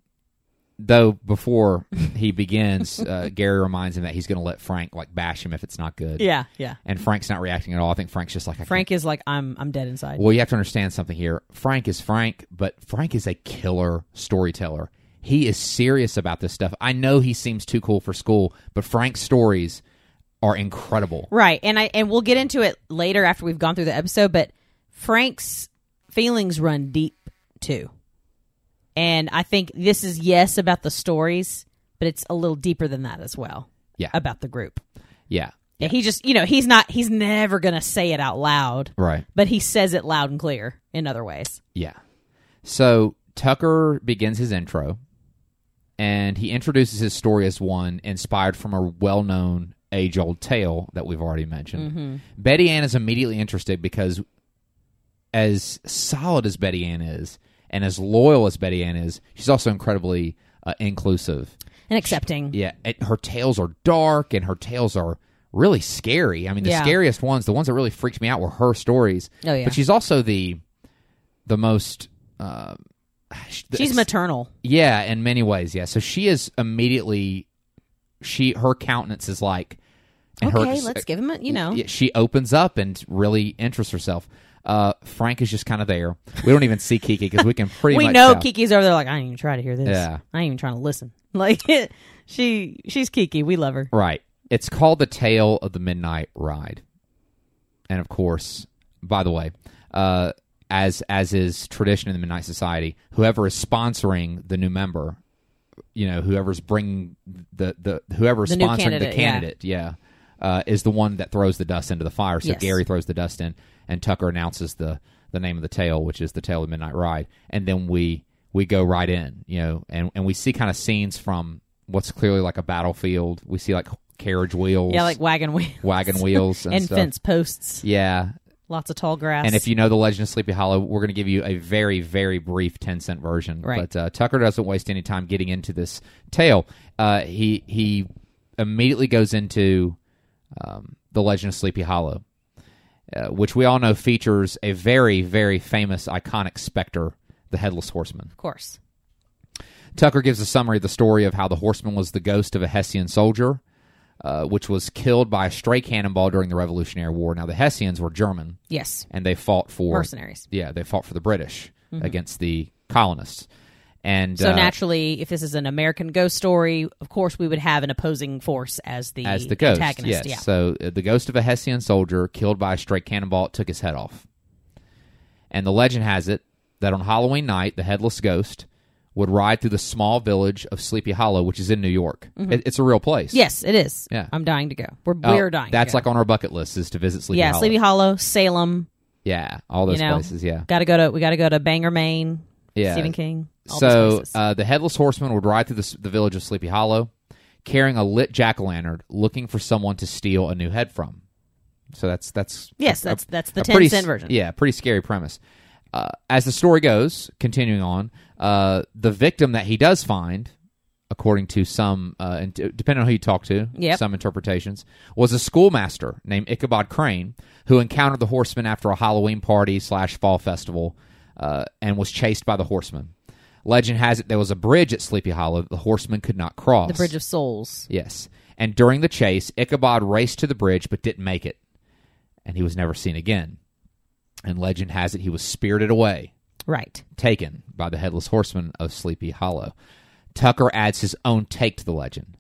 Speaker 1: though before he begins, uh, Gary reminds him that he's going to let Frank like bash him if it's not good.
Speaker 2: Yeah, yeah.
Speaker 1: And Frank's not reacting at all. I think Frank's just like, I can't
Speaker 2: Frank is like I'm I'm dead inside.
Speaker 1: well, you have to understand something here. Frank is Frank, but Frank is a killer storyteller. He is serious about this stuff. I know he seems too cool for school, but Frank's stories are incredible.
Speaker 2: Right. And I and we'll get into it later after we've gone through the episode, but Frank's feelings run deep too. And I think this is yes about the stories, but it's a little deeper than that as well.
Speaker 1: Yeah.
Speaker 2: About the group.
Speaker 1: Yeah.
Speaker 2: Yeah, he just, you know, he's not, he's never going to say it out loud,
Speaker 1: Right.
Speaker 2: but he says it loud and clear in other ways.
Speaker 1: Yeah. So Tucker begins his intro and he introduces his story as one inspired from a well known age old tale that we've already mentioned. Betty Ann is immediately interested because, as solid as Betty Ann is and as loyal as Betty Ann is, she's also incredibly uh, inclusive.
Speaker 2: And accepting.
Speaker 1: Yeah, and her tales are dark and her tales are really scary. I mean, the
Speaker 2: Yeah.
Speaker 1: scariest ones, the ones that really freaked me out, were her stories.
Speaker 2: Oh, yeah.
Speaker 1: But she's also the the most. Uh,
Speaker 2: She's maternal.
Speaker 1: yeah, in many ways, yeah. So she is immediately she her countenance is like. and
Speaker 2: Okay,
Speaker 1: her, uh,
Speaker 2: let's give him a, you know.
Speaker 1: yeah, she opens up and really interests herself. Uh, Frank is just kind of there. We don't even see Kiki because we can pretty
Speaker 2: we
Speaker 1: much
Speaker 2: know
Speaker 1: tell.
Speaker 2: Kiki's over there like, I ain't even trying to hear this.
Speaker 1: Yeah.
Speaker 2: I ain't even trying to listen. Like, she, she's Kiki. We love her.
Speaker 1: Right. It's called The Tale of the Midnight Ride. And of course, by the way, uh, as as is tradition in the Midnight Society, whoever is sponsoring the new member, you know, whoever's bringing the the whoever's
Speaker 2: The new
Speaker 1: sponsoring
Speaker 2: candidate,
Speaker 1: the
Speaker 2: yeah.
Speaker 1: candidate, yeah, uh, is the one that throws the dust into the fire. So
Speaker 2: Yes.
Speaker 1: Gary throws the dust in, and Tucker announces the the name of the tale, which is the Tale of the Midnight Ride, and then we we go right in, you know, and and we see kind of scenes from what's clearly like a battlefield. We see like carriage wheels,
Speaker 2: Yeah, like wagon wheel.
Speaker 1: wagon wheels, and,
Speaker 2: and
Speaker 1: stuff.
Speaker 2: fence posts.
Speaker 1: Yeah,
Speaker 2: Lots of tall grass.
Speaker 1: and if you know the legend of Sleepy Hollow, we're going to give you a very, very brief 10 cent version.
Speaker 2: Right.
Speaker 1: But uh, Tucker doesn't waste any time getting into this tale. Uh, he, he immediately goes into um, the legend of Sleepy Hollow, uh, which we all know features a very, very famous, iconic specter, the Headless Horseman.
Speaker 2: of course.
Speaker 1: Tucker gives a summary of the story of how the horseman was the ghost of a Hessian soldier, uh, which was killed by a stray cannonball during the Revolutionary War. Now, the Hessians were German,
Speaker 2: Yes.
Speaker 1: and they fought for
Speaker 2: Mercenaries.
Speaker 1: yeah, they fought for the British against the colonists. And
Speaker 2: Mm-hmm. So
Speaker 1: uh,
Speaker 2: naturally, if this is an American ghost story, of course we would have an opposing force as the
Speaker 1: as the ghost,
Speaker 2: antagonist.
Speaker 1: yes. So uh, the ghost of a Hessian soldier killed by a stray cannonball took his head off. And the legend has it that on Halloween night, the headless ghost would ride through the small village of Sleepy Hollow, which is in New York. It, it's a real place.
Speaker 2: Mm-hmm. Yeah. Yes, it is.
Speaker 1: Yeah.
Speaker 2: I'm dying to go. We're
Speaker 1: Oh,
Speaker 2: we're dying.
Speaker 1: That's
Speaker 2: to go.
Speaker 1: like on our bucket list is to visit Sleepy
Speaker 2: yeah,
Speaker 1: Hollow.
Speaker 2: Sleepy Hollow, Salem.
Speaker 1: yeah, all those
Speaker 2: you know.
Speaker 1: places. Yeah,
Speaker 2: Got to go to. We got to go to Bangor, Maine.
Speaker 1: yeah.
Speaker 2: Stephen King. all those
Speaker 1: so
Speaker 2: places.
Speaker 1: uh, the headless horseman would ride through the, s- the village of Sleepy Hollow, carrying a lit jack o' lantern, looking for someone to steal a new head from. So that's that's
Speaker 2: yes,
Speaker 1: a- a-
Speaker 2: that's that's the
Speaker 1: a
Speaker 2: ten
Speaker 1: pretty
Speaker 2: cent
Speaker 1: s-
Speaker 2: version.
Speaker 1: Yeah, pretty scary premise. Uh, as the story goes, continuing on, uh, the victim that he does find, according to some, uh, and d- depending on who you talk to,
Speaker 2: Yep.
Speaker 1: some interpretations, was a schoolmaster named Ichabod Crane who encountered the horseman after a Halloween party slash fall festival, uh, and was chased by the horseman. Legend has it there was a bridge at Sleepy Hollow that the horseman could not cross.
Speaker 2: The Bridge of Souls.
Speaker 1: Yes. And during the chase, Ichabod raced to the bridge but didn't make it. And he was never seen again. And legend has it he was spirited away,
Speaker 2: Right.
Speaker 1: taken by the headless horseman of Sleepy Hollow. Tucker adds his own take to the legend,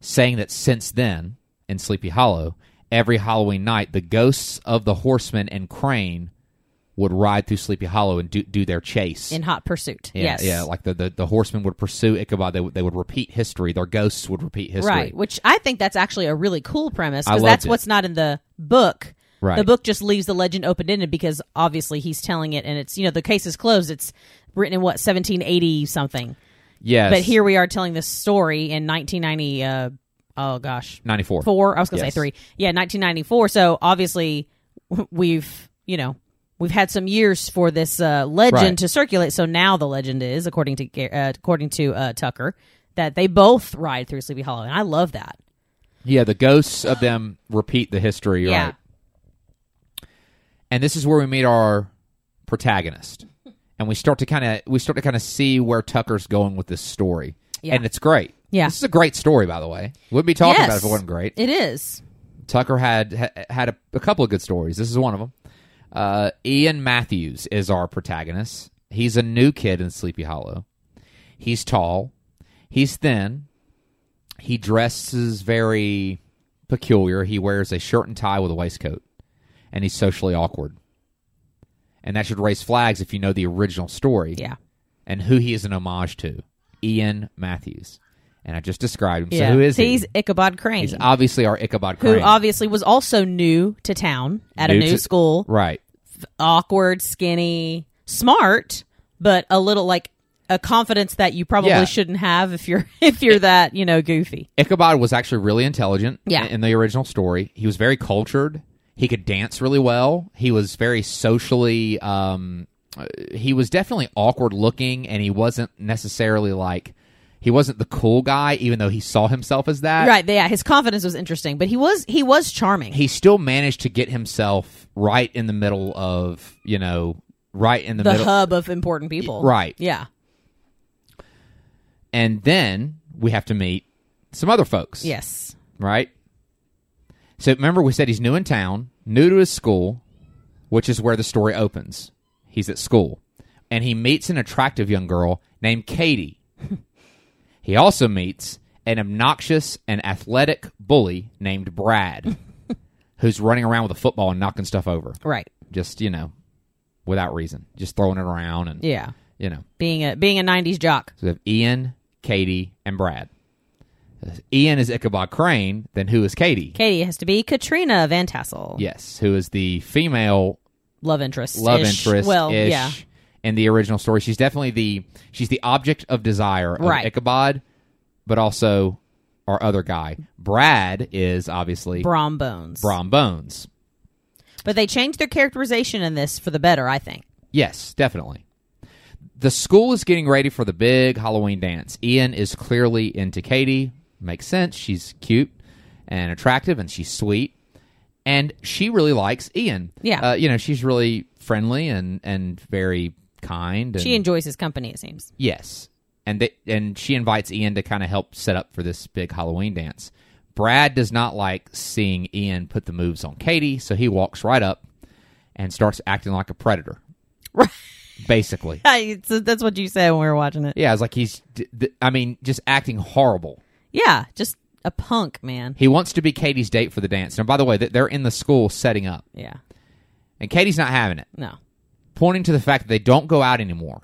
Speaker 1: saying that since then, in Sleepy Hollow, every Halloween night, the ghosts of the horseman and crane would ride through Sleepy Hollow and do, do their chase.
Speaker 2: In Hot Pursuit.
Speaker 1: yeah,
Speaker 2: yes.
Speaker 1: yeah, like the, the, the horsemen would pursue Ichabod. They, would- they would repeat history. Their ghosts would repeat history.
Speaker 2: right. Which I think that's actually a really cool premise
Speaker 1: I
Speaker 2: because
Speaker 1: loved
Speaker 2: that's
Speaker 1: it.
Speaker 2: what's not in the book.
Speaker 1: Right.
Speaker 2: The book just leaves the legend open ended because obviously he's telling it and it's you know the case is closed. It's written in what 1780 something.
Speaker 1: Yes.
Speaker 2: But here we are telling this story in 1990. Uh, oh gosh,
Speaker 1: 94.
Speaker 2: four. I was gonna
Speaker 1: Yes.
Speaker 2: say three. Yeah, 1994. So obviously we've you know we've had some years for this uh, legend
Speaker 1: Right.
Speaker 2: to circulate. So now the legend is according to Gar- uh, according to uh, Tucker that they both ride through Sleepy Hollow, and I love that.
Speaker 1: Yeah, the ghosts of them repeat the history,
Speaker 2: Yeah.
Speaker 1: right? And this is where we meet our protagonist. And we start to kind of we start to kind of see where Tucker's going with this story.
Speaker 2: Yeah.
Speaker 1: And it's great.
Speaker 2: Yeah.
Speaker 1: This is a great story by the way. Wouldn't be talking about it if it
Speaker 2: Yes.
Speaker 1: wasn't great.
Speaker 2: It is.
Speaker 1: Tucker had ha- had a, a couple of good stories. This is one of them. Uh, Ian Matthews is our protagonist. He's a new kid in Sleepy Hollow. He's tall. He's thin. He dresses very peculiar. He wears a shirt and tie with a waistcoat, and he's socially awkward. And that should raise flags if you know the original story
Speaker 2: Yeah.
Speaker 1: and who he is an homage to. Ian Matthews, and I just described him.
Speaker 2: yeah.
Speaker 1: So who is
Speaker 2: He's
Speaker 1: he?
Speaker 2: Ichabod Crane,
Speaker 1: He's obviously our Ichabod
Speaker 2: who
Speaker 1: Crane.
Speaker 2: obviously was also new to town at
Speaker 1: New
Speaker 2: a new
Speaker 1: to-
Speaker 2: school.
Speaker 1: Right.
Speaker 2: awkward, skinny, smart, but a little like a confidence that you probably
Speaker 1: Yeah.
Speaker 2: shouldn't have if you're if you're that you know goofy.
Speaker 1: Ichabod was actually really intelligent
Speaker 2: Yeah.
Speaker 1: in the original story. He was very cultured. He could dance really well. He was very socially um uh, he was definitely awkward looking and he wasn't necessarily like he wasn't the cool guy even though he saw himself as that.
Speaker 2: right? Yeah, his confidence was interesting, but he was he was charming.
Speaker 1: He still managed to get himself right in the middle of, you know, right in the,
Speaker 2: the
Speaker 1: middle
Speaker 2: hub of important people.
Speaker 1: right.
Speaker 2: Yeah.
Speaker 1: and then we have to meet some other folks.
Speaker 2: Yes.
Speaker 1: right? So remember, we said he's new in town, new to his school, which is where the story opens. He's at school, and he meets an attractive young girl named Katie. he also meets an obnoxious and athletic bully named Brad, who's running around with a football and knocking stuff over,
Speaker 2: Right.
Speaker 1: just you know, without reason, just throwing it around, and
Speaker 2: Yeah.
Speaker 1: you know.
Speaker 2: Being a being a '90s jock.
Speaker 1: So we have Ian, Katie, and Brad. If Ian is Ichabod Crane. Then who is Katie?
Speaker 2: Katie has to be Katrina Van Tassel.
Speaker 1: Yes, who is the female
Speaker 2: Love interest.
Speaker 1: love interest?
Speaker 2: Well,
Speaker 1: ish
Speaker 2: yeah.
Speaker 1: In the original story, she's definitely the she's the object of desire of
Speaker 2: Right.
Speaker 1: Ichabod, but also our other guy, Brad, is obviously
Speaker 2: Brom Bones.
Speaker 1: Brom Bones.
Speaker 2: But they changed their characterization in this for the better, I think.
Speaker 1: Yes, definitely. The school is getting ready for the big Halloween dance. Ian is clearly into Katie. Makes sense. She's cute and attractive, and she's sweet, and she really likes Ian.
Speaker 2: Yeah.
Speaker 1: uh, you know, she's really friendly and and very kind. And,
Speaker 2: She enjoys his company, it seems.
Speaker 1: yes, and they, and she invites Ian to kind of help set up for this big Halloween dance. Brad does not like seeing Ian put the moves on Katie, so he walks right up and starts acting like a predator. basically.
Speaker 2: It's- that's what you said when we were watching it.
Speaker 1: Yeah, it's like he's. d- d- I mean, just acting horrible.
Speaker 2: Yeah, just a punk man.
Speaker 1: He wants to be Katie's date for the dance. Now, by the way, th- they're in the school setting up,
Speaker 2: Yeah,
Speaker 1: and Katie's not having it,
Speaker 2: no,
Speaker 1: pointing to the fact that they don't go out anymore.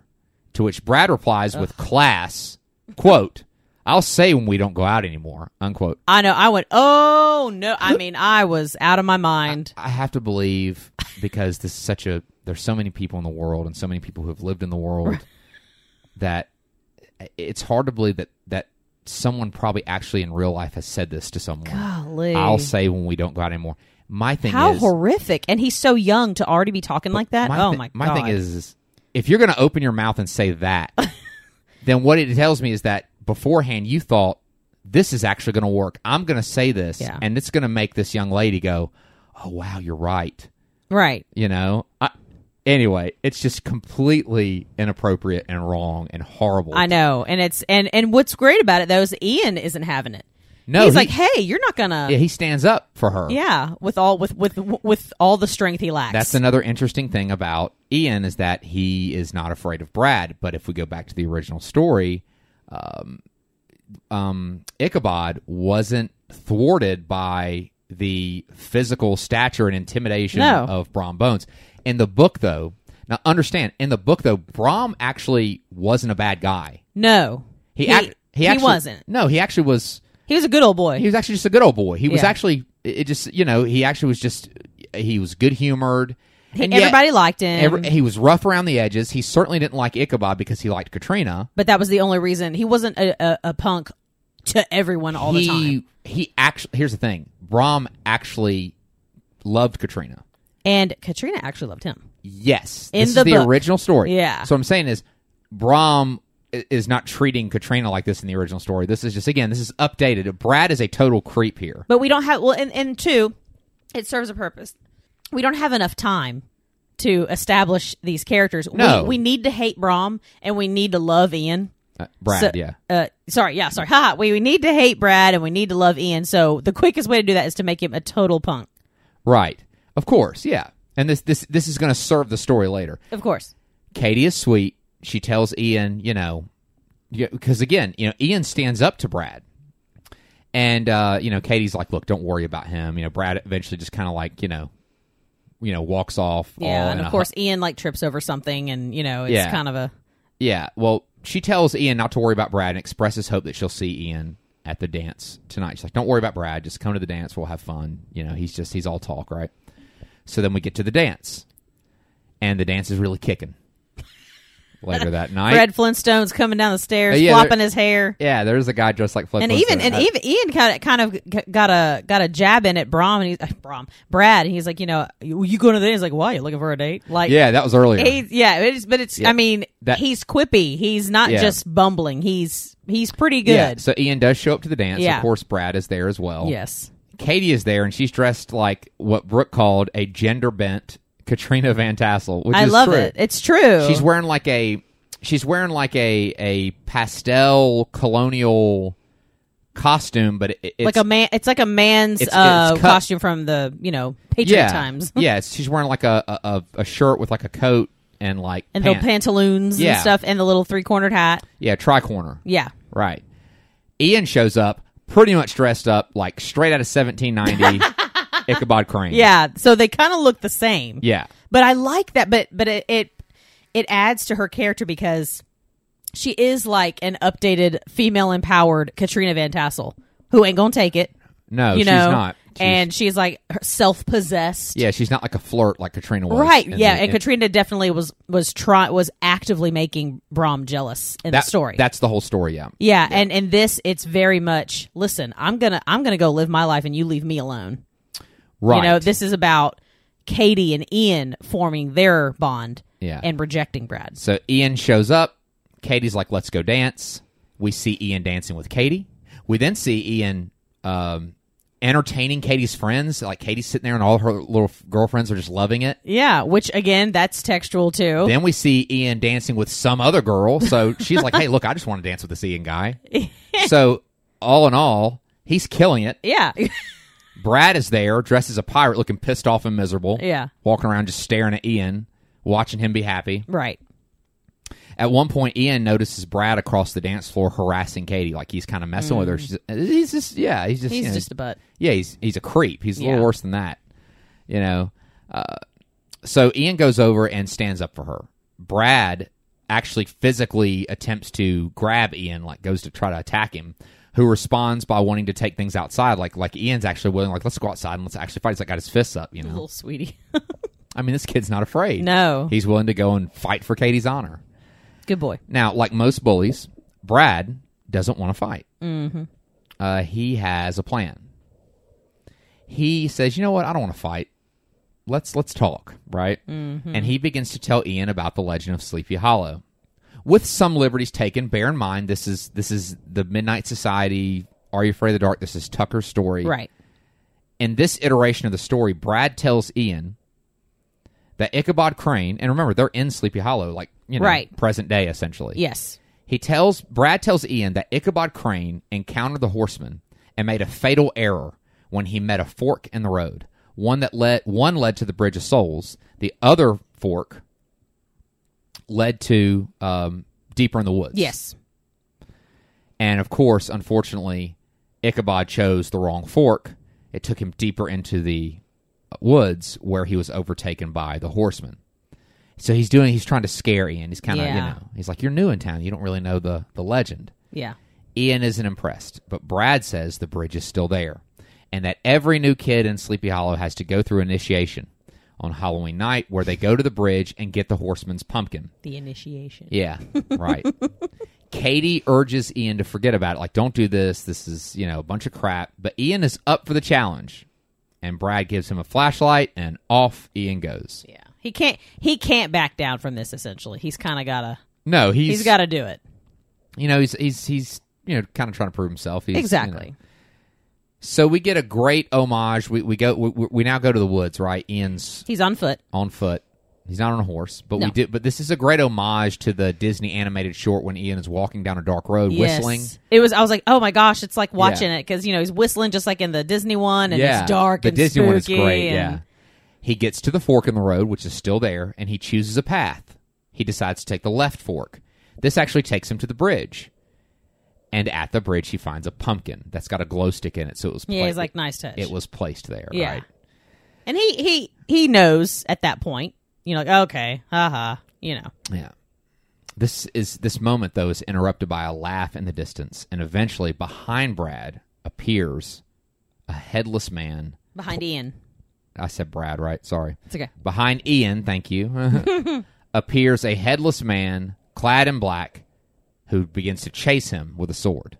Speaker 1: To which Brad replies with class, "quote I'll say when we don't go out anymore." Unquote.
Speaker 2: I know. I went. Oh no! I mean, I was out of my mind.
Speaker 1: I have to believe because this is such a there's so many people in the world and so many people who have lived in the world that it's hard to believe that that someone probably actually in real life has said this to someone.
Speaker 2: Golly,
Speaker 1: I'll say when we don't go out anymore. My thing
Speaker 2: how
Speaker 1: is
Speaker 2: horrific! And he's so young to already be talking like that.
Speaker 1: my
Speaker 2: oh
Speaker 1: thi-
Speaker 2: my god!
Speaker 1: my thing is, is if you're going to open your mouth and say that, then what it tells me is that beforehand you thought this is actually going to work. I'm going to say this,
Speaker 2: Yeah.
Speaker 1: and it's going to make this young lady go, "Oh wow, you're right."
Speaker 2: right.
Speaker 1: you know I, anyway it's just completely inappropriate and wrong and horrible
Speaker 2: I know, and it's and and what's great about it though is Ian isn't having it.
Speaker 1: no
Speaker 2: he's
Speaker 1: he-
Speaker 2: like, hey, you're not gonna.
Speaker 1: yeah, he stands up for her
Speaker 2: Yeah, with all with with with all the strength he lacks.
Speaker 1: that's another interesting thing about ian is that he is not afraid of brad but if we go back to the original story um, um, ichabod wasn't thwarted by the physical stature and intimidation
Speaker 2: No.
Speaker 1: of brom bones in the book though now understand in the book though brom actually wasn't a bad guy
Speaker 2: no.
Speaker 1: He act, he, actually,
Speaker 2: wasn't.
Speaker 1: No, he actually was.
Speaker 2: He was a good old boy.
Speaker 1: He was actually just a good old boy. He was
Speaker 2: Yeah.
Speaker 1: actually it just you know he actually was just he was good humored.
Speaker 2: He- everybody liked him,
Speaker 1: he was rough around the edges. He certainly didn't like Ichabod because he liked Katrina.
Speaker 2: but that was the only reason he wasn't a, a, a punk to everyone all
Speaker 1: he
Speaker 2: the time.
Speaker 1: he actually here's the thing. Brom actually loved Katrina.
Speaker 2: And Katrina actually loved him.
Speaker 1: Yes,
Speaker 2: In
Speaker 1: this is
Speaker 2: the
Speaker 1: the
Speaker 2: book.
Speaker 1: original story.
Speaker 2: Yeah.
Speaker 1: So I'm saying is Brom i- is not treating Katrina like this in the original story. This is just again this is updated. Brad is a total creep here.
Speaker 2: But we don't have well, and and two, it serves a purpose. We don't have enough time to establish these characters.
Speaker 1: No.
Speaker 2: we, we need to hate Brom and we need to love Ian.
Speaker 1: Uh, Brad,
Speaker 2: So-
Speaker 1: yeah.
Speaker 2: Uh, sorry, yeah, sorry. Haha. We, we need to hate Brad and we need to love Ian. So the quickest way to do that is to make him a total punk.
Speaker 1: Right. Of course, yeah. And this this this is going to serve the story later.
Speaker 2: Of course.
Speaker 1: Katie is sweet. She tells Ian, you know, because again, you know, Ian stands up to Brad, and uh, you know, Katie's like, look, don't worry about him. You know, Brad eventually just kind of like, you know, you know, walks off. all
Speaker 2: Yeah, and
Speaker 1: in
Speaker 2: of
Speaker 1: Oh, a
Speaker 2: course Ian like trips over something, and you know it's
Speaker 1: Yeah.
Speaker 2: kind of a
Speaker 1: Yeah. Well, she tells Ian not to worry about Brad and expresses hope that she'll see Ian at the dance tonight. She's like, "Don't worry about Brad. Just come to the dance. We'll have fun. You know, he's just he's all talk, right?" So then we get to the dance, and the dance is really kicking. Later that night,
Speaker 2: Fred Flintstone's coming down the stairs,
Speaker 1: Uh, yeah,
Speaker 2: flopping
Speaker 1: there-
Speaker 2: his hair,
Speaker 1: yeah, there's a guy dressed like Fred.
Speaker 2: and
Speaker 1: Flintstone.
Speaker 2: even and
Speaker 1: I-
Speaker 2: even Ian kind of kind of g- got a got a jab in at Brom, and he's uh, Brom Brad, and he's like, you know, you you going to the dance? He's like, why you looking for a date? Like,
Speaker 1: yeah, that was earlier.
Speaker 2: he's, yeah, it is, but it's I mean,
Speaker 1: That-
Speaker 2: he's quippy. He's not
Speaker 1: Yeah.
Speaker 2: just bumbling. He's he's pretty
Speaker 1: Yeah,
Speaker 2: good.
Speaker 1: so Ian does show up to the dance.
Speaker 2: Yeah.
Speaker 1: Of course, Brad is there as well.
Speaker 2: Yes,
Speaker 1: Katie is there, and she's dressed like what Brooke called a gender bent Katrina Van Tassel, which
Speaker 2: I
Speaker 1: is
Speaker 2: love
Speaker 1: true.
Speaker 2: it. It's true.
Speaker 1: She's wearing like a she's wearing like a a pastel colonial costume, but it, it's
Speaker 2: like a man. It's like a man's
Speaker 1: It's- it's
Speaker 2: uh,
Speaker 1: cut-
Speaker 2: costume from the you know Patriot
Speaker 1: yeah,
Speaker 2: times.
Speaker 1: yeah, it's- she's wearing like a, a a- a shirt with like a coat and like
Speaker 2: And
Speaker 1: pant-
Speaker 2: the pantaloons
Speaker 1: Yeah.
Speaker 2: and stuff, and the little three cornered hat.
Speaker 1: yeah tricorner
Speaker 2: Yeah.
Speaker 1: right. Ian shows up pretty much dressed up like straight out of 1790 Ichabod Crane.
Speaker 2: Yeah. So they kind of look the same.
Speaker 1: yeah,
Speaker 2: But I like that. But but it, it it adds to her character because she is like an updated female empowered Katrina Van Tassel who ain't gonna take it.
Speaker 1: no,
Speaker 2: You
Speaker 1: Oh, she's
Speaker 2: know.
Speaker 1: not. She's-
Speaker 2: and she's like self possessed.
Speaker 1: yeah, she's not like a flirt like Katrina was.
Speaker 2: Right,
Speaker 1: in
Speaker 2: yeah,
Speaker 1: the-
Speaker 2: and
Speaker 1: in-
Speaker 2: Katrina definitely was was try was actively making Brom jealous in
Speaker 1: that
Speaker 2: the story.
Speaker 1: That's the whole story. Yeah,
Speaker 2: yeah, and and this it's very much listen. I'm gonna I'm gonna go live my life, and you leave me alone.
Speaker 1: right.
Speaker 2: You know, this is about Katie and Ian forming their bond
Speaker 1: Yeah.
Speaker 2: and rejecting Brad.
Speaker 1: So Ian shows up. Katie's like, "Let's go dance." We see Ian dancing with Katie. We then see Ian um, entertaining Katie's friends. Like Katie's sitting there, and all her little f- girlfriends are just loving it.
Speaker 2: Yeah, which again, that's textual too.
Speaker 1: Then we see Ian dancing with some other girl. So she's like, "Hey, look, I just want to dance with this Ian guy." so all in all, he's killing it.
Speaker 2: Yeah.
Speaker 1: Brad is there, dressed as a pirate, looking pissed off and miserable.
Speaker 2: Yeah.
Speaker 1: walking around just staring at Ian, watching him be happy.
Speaker 2: right.
Speaker 1: At one point, Ian notices Brad across the dance floor harassing Katie, like he's kind of messing with her. She's, he's just, yeah, he's just, you
Speaker 2: Mm. He's
Speaker 1: know,
Speaker 2: just a butt.
Speaker 1: yeah, he's he's a creep. He's a
Speaker 2: Yeah.
Speaker 1: little worse than that, you know. Uh, so Ian goes over and stands up for her. Brad actually physically attempts to grab Ian, like goes to try to attack him, who responds by wanting to take things outside. Like like Ian's actually willing, like let's go outside and let's actually fight. He's like got his fists up, you know.
Speaker 2: Little sweetie.
Speaker 1: I mean, this kid's not afraid.
Speaker 2: No.
Speaker 1: he's willing to go and fight for Katie's honor.
Speaker 2: Good boy.
Speaker 1: Now, like most bullies, Brad doesn't want to fight. Mm-hmm. Uh, he has a plan. He says, "You know what? I don't want to fight. Let's let's talk, right?" Mm-hmm. And he begins to tell Ian about the legend of Sleepy Hollow, with some liberties taken. Bear in mind, this is this is the Midnight Society. Are you afraid of the dark? This is Tucker's story.
Speaker 2: Right.
Speaker 1: In this iteration of the story, Brad tells Ian that Ichabod Crane, and remember, they're in Sleepy Hollow, like you know,
Speaker 2: Right.
Speaker 1: present day, essentially.
Speaker 2: Yes.
Speaker 1: He tells Brad tells Ian that Ichabod Crane encountered the horseman and made a fatal error when he met a fork in the road. One that led one led to the Bridge of Souls. The other fork led to um, deeper in the woods.
Speaker 2: Yes.
Speaker 1: And of course, unfortunately, Ichabod chose the wrong fork. It took him deeper into the woods where he was overtaken by the horseman. So he's doing he's trying to scare Ian. He's kind of, you
Speaker 2: Yeah.
Speaker 1: know, he's like you're new in town. You don't really know the the legend.
Speaker 2: Yeah.
Speaker 1: Ian isn't impressed, but Brad says the bridge is still there and that every new kid in Sleepy Hollow has to go through initiation on Halloween night where they go to the bridge and get the horseman's pumpkin.
Speaker 2: The initiation.
Speaker 1: Yeah, right. Katie urges Ian to forget about it. Like, don't do this. This is, you know, a bunch of crap. But Ian is up for the challenge. And Brad gives him a flashlight, and off Ian goes.
Speaker 2: Yeah. He can't. He can't back down from this. Essentially, he's kind of gotta.
Speaker 1: No, he's,
Speaker 2: he's gotta do it.
Speaker 1: you know, he's, he's, he's, you know, kind of trying to prove himself. He's, you know.
Speaker 2: Exactly.
Speaker 1: So we get a great homage. We, we go, we, we- we now go to the woods, right? Ian's
Speaker 2: He's on foot.
Speaker 1: on foot. He's not on a horse, but
Speaker 2: No.
Speaker 1: we did. But this is a great homage to the Disney animated short when Ian is walking down a dark road whistling.
Speaker 2: Yes. It was. I was like, oh my gosh, it's like watching it 'cause, it because you know he's whistling just like in the Disney one, and it's dark
Speaker 1: The
Speaker 2: and
Speaker 1: Disney
Speaker 2: spooky.
Speaker 1: one is great.
Speaker 2: and-
Speaker 1: Yeah. He gets to the fork in the road, which is still there, and he chooses a path. He decides to take the left fork. This actually takes him to the bridge. And at the bridge, he finds a pumpkin that's got a glow stick in it, so it was
Speaker 2: Yeah,
Speaker 1: pla-
Speaker 2: he's like nice touch.
Speaker 1: it was placed there,
Speaker 2: Yeah.
Speaker 1: right?
Speaker 2: and he he he knows at that point. You know, like okay, haha. You know,
Speaker 1: Yeah. This is this moment though is interrupted by a laugh in the distance, and eventually behind Brad appears a headless man.
Speaker 2: behind Ian.
Speaker 1: I said Brad, right? Sorry.
Speaker 2: It's okay.
Speaker 1: Behind Ian, thank you, appears a headless man clad in black who begins to chase him with a sword.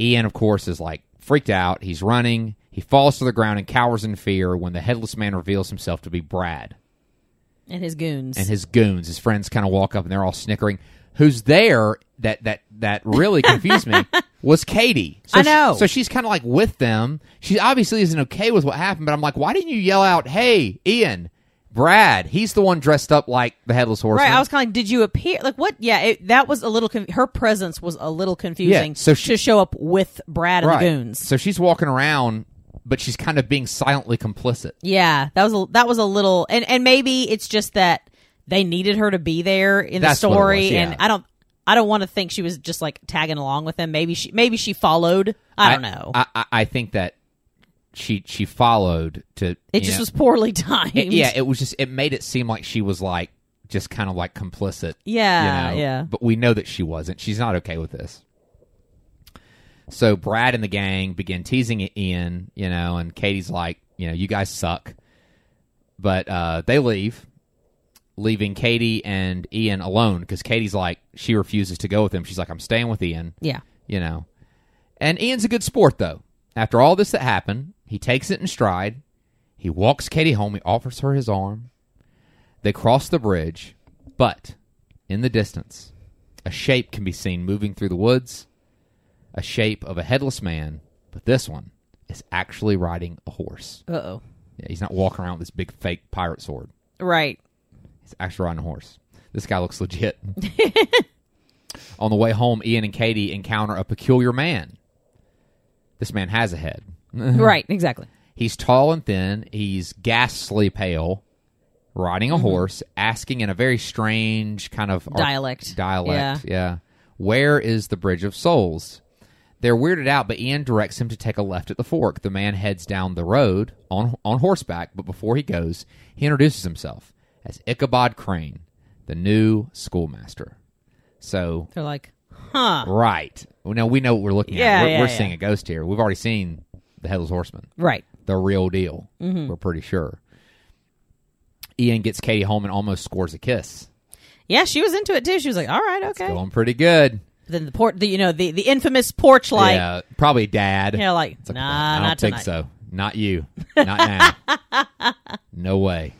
Speaker 1: Ian, of course, is like freaked out. He's running. He falls to the ground and cowers in fear when the headless man reveals himself to be Brad
Speaker 2: And his goons.
Speaker 1: and his goons. His friends kind of walk up and they're all snickering. Who's there? That that that really confused me was Katie. So
Speaker 2: I know.
Speaker 1: She, so she's kind of like with them. She obviously isn't okay with what happened, but I'm like, why didn't you yell out, "Hey, Ian, Brad"? He's the one dressed up like the headless horseman.
Speaker 2: Right, I was kind of like, did you appear? Like, what? Yeah, it, that was a little. Con- her presence was a little confusing.
Speaker 1: so she-
Speaker 2: to show up with Brad and
Speaker 1: Right.
Speaker 2: the goons.
Speaker 1: So she's walking around, but she's kind of being silently complicit.
Speaker 2: Yeah, that was a, that was a little, and and maybe it's just that they needed her to be there in
Speaker 1: That's
Speaker 2: the
Speaker 1: what it
Speaker 2: story,
Speaker 1: was, yeah.
Speaker 2: and I don't. I don't want to think she was just like tagging along with him. Maybe she, maybe she followed. I don't know.
Speaker 1: I, I, I think that she she followed to
Speaker 2: it
Speaker 1: you
Speaker 2: just
Speaker 1: know-
Speaker 2: was poorly timed.
Speaker 1: It- yeah, it was just it made it seem like she was like just kind of like complicit.
Speaker 2: Yeah,
Speaker 1: you know?
Speaker 2: yeah.
Speaker 1: But we know that she wasn't. She's not okay with this. So Brad and the gang begin teasing Ian, you know, and Katie's like, you know, you guys suck. But uh, they leave, leaving Katie and Ian alone because Katie's like, she refuses to go with him. She's like, I'm staying with Ian
Speaker 2: yeah.
Speaker 1: you know. And Ian's a good sport, though. After all this that happened, he takes it in stride. He walks Katie home. He offers her his arm. They cross the bridge, but in the distance, a shape can be seen moving through the woods. A shape of a headless man, but this one is actually riding a horse.
Speaker 2: Uh oh.
Speaker 1: Yeah, he's not walking around with this big fake pirate sword.
Speaker 2: Right.
Speaker 1: He's actually riding a horse. This guy looks legit. On the way home, Ian and Katie encounter a peculiar man. This man has a head.
Speaker 2: right. Exactly.
Speaker 1: He's tall and thin. He's ghastly pale. riding a
Speaker 2: Mm-hmm.
Speaker 1: horse, asking in a very strange kind of ar-
Speaker 2: Dialect.
Speaker 1: Dialect, yeah. Where is the Bridge of Souls? They're weirded out, but Ian directs him to take a left at the fork. The man heads down the road on on horseback, but before he goes, he introduces himself as Ichabod Crane, the new schoolmaster. So
Speaker 2: They're like, huh.
Speaker 1: right well, now we know what we're looking
Speaker 2: Yeah,
Speaker 1: at. We're,
Speaker 2: yeah,
Speaker 1: we're
Speaker 2: yeah.
Speaker 1: seeing a ghost here. We've already seen the Headless Horseman
Speaker 2: Right.
Speaker 1: the real deal.
Speaker 2: Mm-hmm.
Speaker 1: We're pretty sure. Ian gets Katie home and almost scores a kiss.
Speaker 2: Yeah, she was into it too. She was like, all right, okay.
Speaker 1: Going pretty good.
Speaker 2: then the port, the, you know, the, the infamous porch light. Yeah.
Speaker 1: yeah, probably dad.
Speaker 2: You know, like,
Speaker 1: It's like,
Speaker 2: nah,
Speaker 1: I don't
Speaker 2: not
Speaker 1: think
Speaker 2: tonight.
Speaker 1: so. Not you. Not now. no way.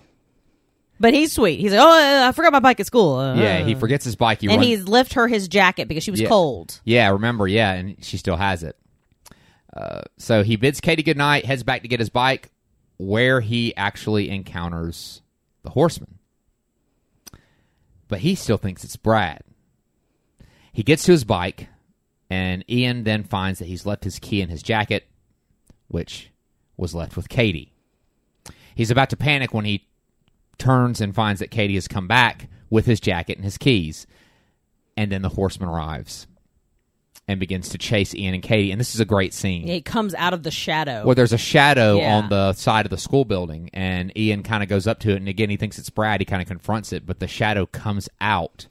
Speaker 2: But he's sweet. He's like, oh, uh, I forgot my bike at school. Uh,
Speaker 1: Yeah, he forgets his bike. He
Speaker 2: and
Speaker 1: runs.
Speaker 2: he's left her his jacket because she was
Speaker 1: Yeah.
Speaker 2: cold.
Speaker 1: Yeah, remember, yeah, and she still has it. Uh, so he bids Katie goodnight, heads back to get his bike, where he actually encounters the horseman. But he still thinks it's Brad. He gets to his bike, and Ian then finds that he's left his key in his jacket, which was left with Katie. He's about to panic when he turns and finds that Katie has come back with his jacket and his keys. And then the horseman arrives and begins to chase Ian and Katie. And this is a great scene
Speaker 2: He comes out of the shadow.
Speaker 1: where there's a shadow
Speaker 2: Yeah.
Speaker 1: on the side of the school building, and Ian kind of goes up to it, and again he thinks it's Brad. He kind of confronts it, but the shadow comes out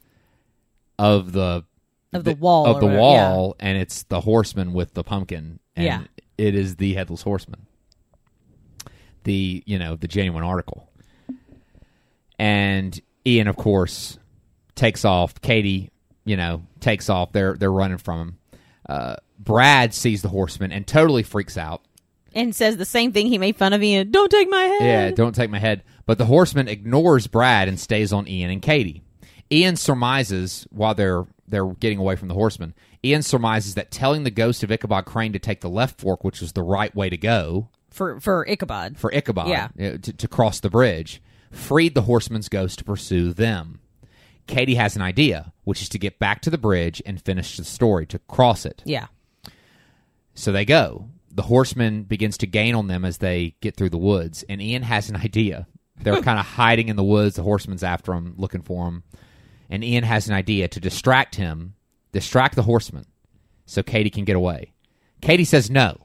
Speaker 1: of the
Speaker 2: Of the wall
Speaker 1: of
Speaker 2: or
Speaker 1: the
Speaker 2: whatever,
Speaker 1: wall, and it's the horseman with the pumpkin, and
Speaker 2: Yeah.
Speaker 1: it is the headless horseman, the you know the genuine article, and Ian of course takes off. Katie, you know, takes off. They're they're running from him. Uh, Brad sees the horseman and totally freaks out.
Speaker 2: and says the same thing. He made fun of Ian. Don't take my head.
Speaker 1: Yeah, don't take my head. But the horseman ignores Brad and stays on Ian and Katie. Ian surmises while they're they're getting away from the horseman. Ian surmises that telling the ghost of Ichabod Crane to take the left fork, which was the right way to go
Speaker 2: for for Ichabod.
Speaker 1: for Ichabod,
Speaker 2: Yeah.
Speaker 1: uh, to, to cross the bridge, freed the horseman's ghost to pursue them. Katie has an idea, which is to get back to the bridge and finish the story to cross it.
Speaker 2: Yeah,
Speaker 1: So they go. The horseman begins to gain on them as they get through the woods, and Ian has an idea. They're kind of hiding in the woods. The horseman's after him, looking for him. And Ian has an idea to distract him, distract the horseman, so Katie can get away. Katie says no,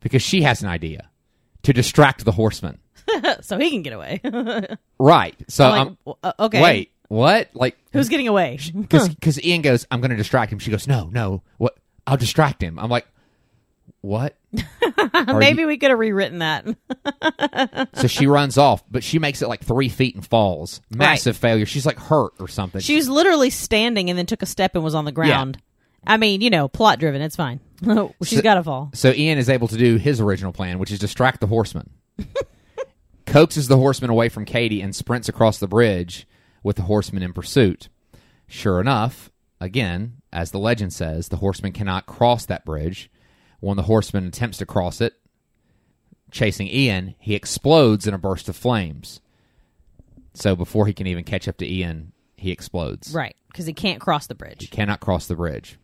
Speaker 1: because she has an idea to distract the horseman.
Speaker 2: so he can get away.
Speaker 1: Right. So
Speaker 2: like,
Speaker 1: I'm,
Speaker 2: w- uh, okay,
Speaker 1: Uh, um, wait, what? Like,
Speaker 2: who's getting away?
Speaker 1: because Ian goes, I'm going to distract him. She goes, No, no, what? I'll distract him. I'm like, what? Are you-
Speaker 2: Maybe we could have rewritten that.
Speaker 1: So she runs off, but she makes it like three feet and falls. Massive failure. She's like hurt or something.
Speaker 2: She was literally standing and then took a step and was on the ground. I mean, you know, plot driven. It's fine. She's got to fall.
Speaker 1: so Ian is able to do his original plan, which is distract the horseman. Coaxes the horseman away from Katie and sprints across the bridge with the horseman in pursuit. Sure enough, again, as the legend says, the horseman cannot cross that bridge. When the horseman attempts to cross it, chasing Ian, he explodes in a burst of flames. So before he can even catch up to Ian, he explodes.
Speaker 2: Right, because he can't cross the bridge.
Speaker 1: cannot cross the bridge.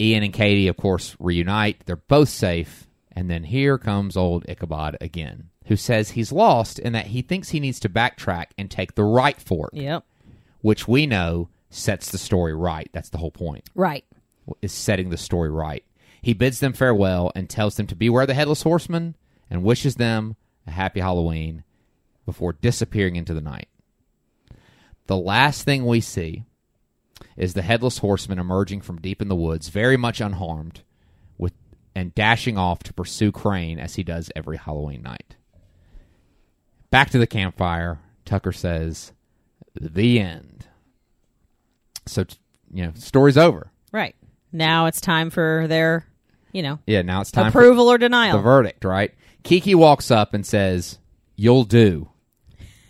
Speaker 1: Ian and Katie, of course, reunite. They're both safe. And then here comes old Ichabod again, who says he's lost and that he thinks he needs to backtrack and take the right fork,
Speaker 2: Yep.
Speaker 1: which we know sets the story right. That's the whole point,
Speaker 2: Right.
Speaker 1: is setting the story right. He bids them farewell and tells them to beware the headless horseman and wishes them a happy Halloween before disappearing into the night. The last thing we see is the headless horseman emerging from deep in the woods, very much unharmed, with and dashing off to pursue Crane as he does every Halloween night. Back to the campfire, Tucker says, "The end." So, t- you know, story's over.
Speaker 2: Right. Now it's time for their, you know,
Speaker 1: Yeah, now it's time
Speaker 2: approval or
Speaker 1: for the
Speaker 2: denial.
Speaker 1: verdict, right? Kiki walks up and says, "You'll do,"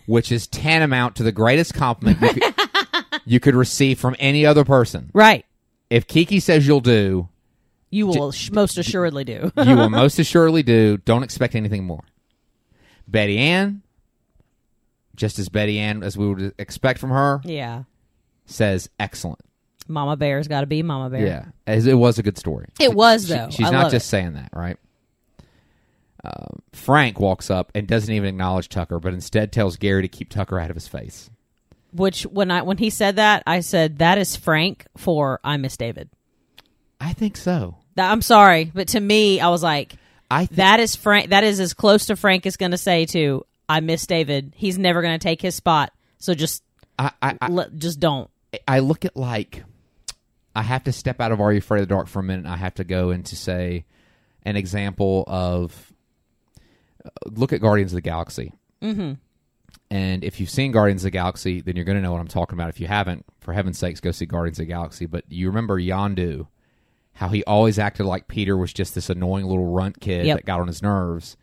Speaker 1: which is tantamount to the greatest compliment you could, you could receive from any other person.
Speaker 2: right.
Speaker 1: If Kiki says you'll do,
Speaker 2: You will sh- most assuredly do.
Speaker 1: you will most assuredly do. Don't expect anything more. Betty Ann, just as Betty Ann as we would expect from her,
Speaker 2: yeah.
Speaker 1: says excellent.
Speaker 2: Mama Bear's got to be Mama Bear.
Speaker 1: as it was a good story.
Speaker 2: It was
Speaker 1: She-
Speaker 2: though.
Speaker 1: she's
Speaker 2: I
Speaker 1: not
Speaker 2: love
Speaker 1: just
Speaker 2: it.
Speaker 1: saying that, right? um, Frank walks up and doesn't even acknowledge Tucker, but instead tells Gary to keep Tucker out of his face.
Speaker 2: Which when I when he said that, I said that is Frank for I miss David.
Speaker 1: I think so.
Speaker 2: That, I'm sorry, but to me, I was like,
Speaker 1: I think
Speaker 2: that is Frank. That is as close to Frank is going to say to I miss David. He's never going to take his spot. So just
Speaker 1: I, I, I,
Speaker 2: let, just don't.
Speaker 1: I look at like I have to step out of Are You Afraid of the Dark for a minute. I have to go into say an example of uh, look at Guardians of the Galaxy.
Speaker 2: hmm
Speaker 1: And if you've seen Guardians of the Galaxy, then you're going to know what I'm talking about. If you haven't, for heaven's sakes, go see Guardians of the Galaxy. But you remember Yondu, how he always acted like Peter was just this annoying little runt kid
Speaker 2: Yep.
Speaker 1: that got on his nerves,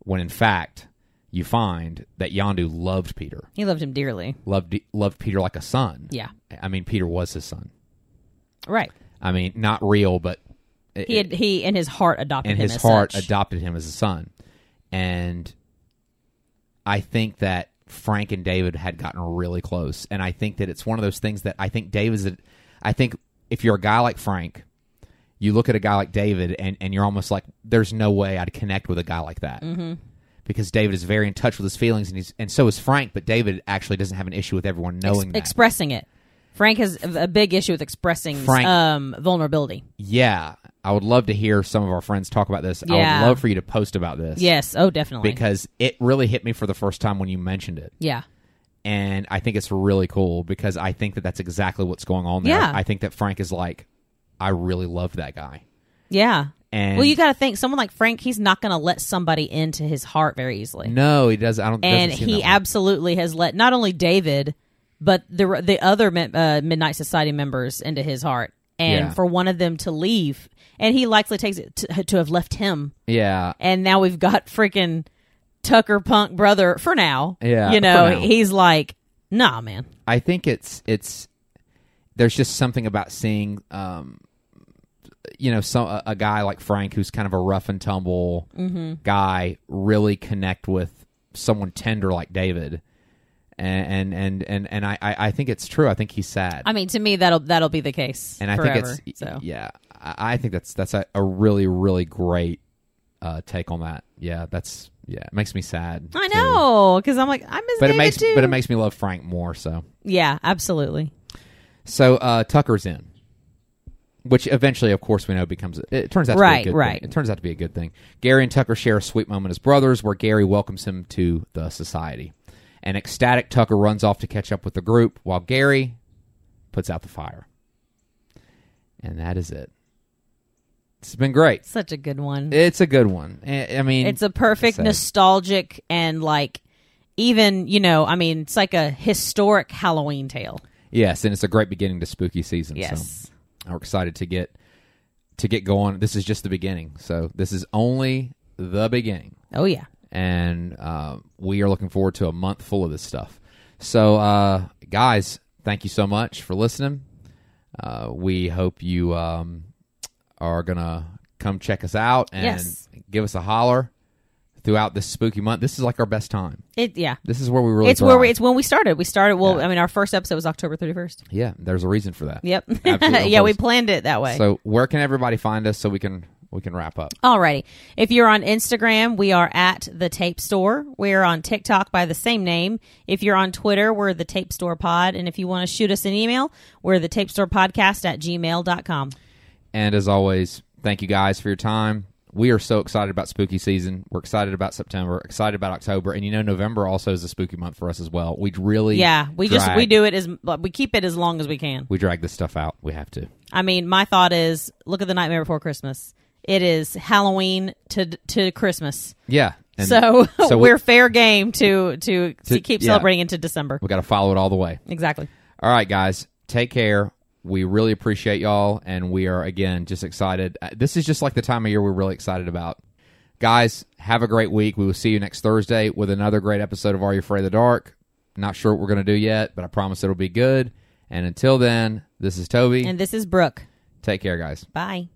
Speaker 1: when in fact, you find that Yondu loved Peter,
Speaker 2: He loved him dearly.
Speaker 1: loved loved Peter like a son.
Speaker 2: Yeah,
Speaker 1: I mean, Peter was his son.
Speaker 2: right.
Speaker 1: I mean, not real, but it-
Speaker 2: He had he in his heart adopted
Speaker 1: and
Speaker 2: him
Speaker 1: his
Speaker 2: as
Speaker 1: heart
Speaker 2: such.
Speaker 1: adopted him as a son. And I think that Frank and David had gotten really close. And I think that it's one of those things that I think David's. a- I think if you're a guy like Frank, you look at a guy like David, and and you're almost like, there's no way I'd connect with a guy like that. Mm-hmm. Because David is very in touch with his feelings, and he's and so is Frank. But David actually doesn't have an issue with everyone knowing that.
Speaker 2: expressing it. Frank has a big issue with expressing
Speaker 1: Frank-
Speaker 2: um, vulnerability.
Speaker 1: yeah, I would love to hear some of our friends talk about this. I
Speaker 2: Yeah.
Speaker 1: would love for you to post about this.
Speaker 2: Yes. Oh, definitely.
Speaker 1: because it really hit me for the first time when you mentioned it
Speaker 2: yeah.
Speaker 1: and i think it's really cool because i think that that's exactly what's going on there
Speaker 2: Yeah.
Speaker 1: i think that frank is like i really love that guy
Speaker 2: Yeah.
Speaker 1: and
Speaker 2: well, you got to think someone like Frank, he's not going to let somebody into his heart very easily.
Speaker 1: no he does i don't doesn't
Speaker 2: and
Speaker 1: seem
Speaker 2: he
Speaker 1: that way.
Speaker 2: absolutely has let not only David but the the other mi- uh, Midnight Society members into his heart. And
Speaker 1: Yeah.
Speaker 2: for one of them to leave, and he likely takes it to, to have left him,
Speaker 1: yeah
Speaker 2: and now we've got freaking Tucker Punk brother for now.
Speaker 1: Yeah,
Speaker 2: you know
Speaker 1: for now.
Speaker 2: he's like, nah, man.
Speaker 1: i think it's it's there's just something about seeing um you know some a, a guy like frank who's kind of a rough and tumble
Speaker 2: Mm-hmm.
Speaker 1: guy really connect with someone tender like david and and and and, and I, I i think it's true i think he's sad
Speaker 2: I mean, to me that'll that'll be the case.
Speaker 1: and I
Speaker 2: forever,
Speaker 1: think it's
Speaker 2: so.
Speaker 1: yeah. I, I think that's that's a, a really really great uh, take on that. Yeah, that's yeah. It makes me sad.
Speaker 2: I
Speaker 1: too.
Speaker 2: know because I'm like I miss
Speaker 1: but
Speaker 2: David
Speaker 1: it makes
Speaker 2: too.
Speaker 1: but it makes me love Frank more. So
Speaker 2: yeah, absolutely.
Speaker 1: so uh, Tucker's in, which eventually, of course, we know becomes it turns out to be
Speaker 2: Right,
Speaker 1: a good
Speaker 2: right.
Speaker 1: Thing. It turns out to be a good thing. Gary and Tucker share a sweet moment as brothers, where Gary welcomes him to the society. An ecstatic Tucker runs off to catch up with the group, while Gary puts out the fire. And that is it. It's been great.
Speaker 2: Such a good one.
Speaker 1: It's a good one. I I mean,
Speaker 2: It's a perfect
Speaker 1: Say.
Speaker 2: nostalgic and like even, you know, I mean, it's like a historic Halloween tale.
Speaker 1: yes, and it's a great beginning to spooky season.
Speaker 2: Yes.
Speaker 1: so we're excited to get to get going. This is just the beginning. So this is only the beginning,
Speaker 2: Oh yeah.
Speaker 1: and uh, we are looking forward to a month full of this stuff. So, uh, guys, thank you so much for listening. Uh, we hope you um, are gonna come check us out and
Speaker 2: Yes.
Speaker 1: give us a holler throughout this spooky month. This is like our best time.
Speaker 2: It yeah.
Speaker 1: This is where we really
Speaker 2: it's where we,
Speaker 1: thrive.
Speaker 2: it's when we started. We started well,
Speaker 1: Yeah.
Speaker 2: I mean, our first episode was October 31st.
Speaker 1: Yeah, there's a reason for that.
Speaker 2: Yep.
Speaker 1: Absolutely.
Speaker 2: yeah, we planned it that way.
Speaker 1: So where can everybody find us so we can we can wrap up?
Speaker 2: Alrighty. If you're on Instagram, we are at the Tape Store. We're on TikTok by the same name. If you're on Twitter, we're the Tape Store Pod. And if you want to shoot us an email, we're the Tape Store Podcast at gmail.com.
Speaker 1: And as always, thank you guys for your time. We are so excited about spooky season. We're excited about September, excited about October, and you know November also is a spooky month for us as well. We really
Speaker 2: Yeah, we just
Speaker 1: drag-
Speaker 2: we do it as we keep it as long as we can.
Speaker 1: we drag this stuff out. We have to.
Speaker 2: I mean, my thought is look at the Nightmare Before Christmas. It is Halloween to to Christmas,
Speaker 1: Yeah. And
Speaker 2: so,
Speaker 1: so we-
Speaker 2: we're fair game to to,
Speaker 1: To-
Speaker 2: keep
Speaker 1: yeah.
Speaker 2: celebrating into December.
Speaker 1: we got to follow it all the way.
Speaker 2: Exactly.
Speaker 1: All right, guys. Take care. We really appreciate y'all, and we are again just excited. Uh, This is just like the time of year we're really excited about. Guys, have a great week. We will see you next Thursday with another great episode of Are You Afraid of the Dark? Not sure what we're going to do yet, but I promise it'll be good. And until then, this is Toby.
Speaker 2: And this is Brooke.
Speaker 1: Take care, guys.
Speaker 2: Bye.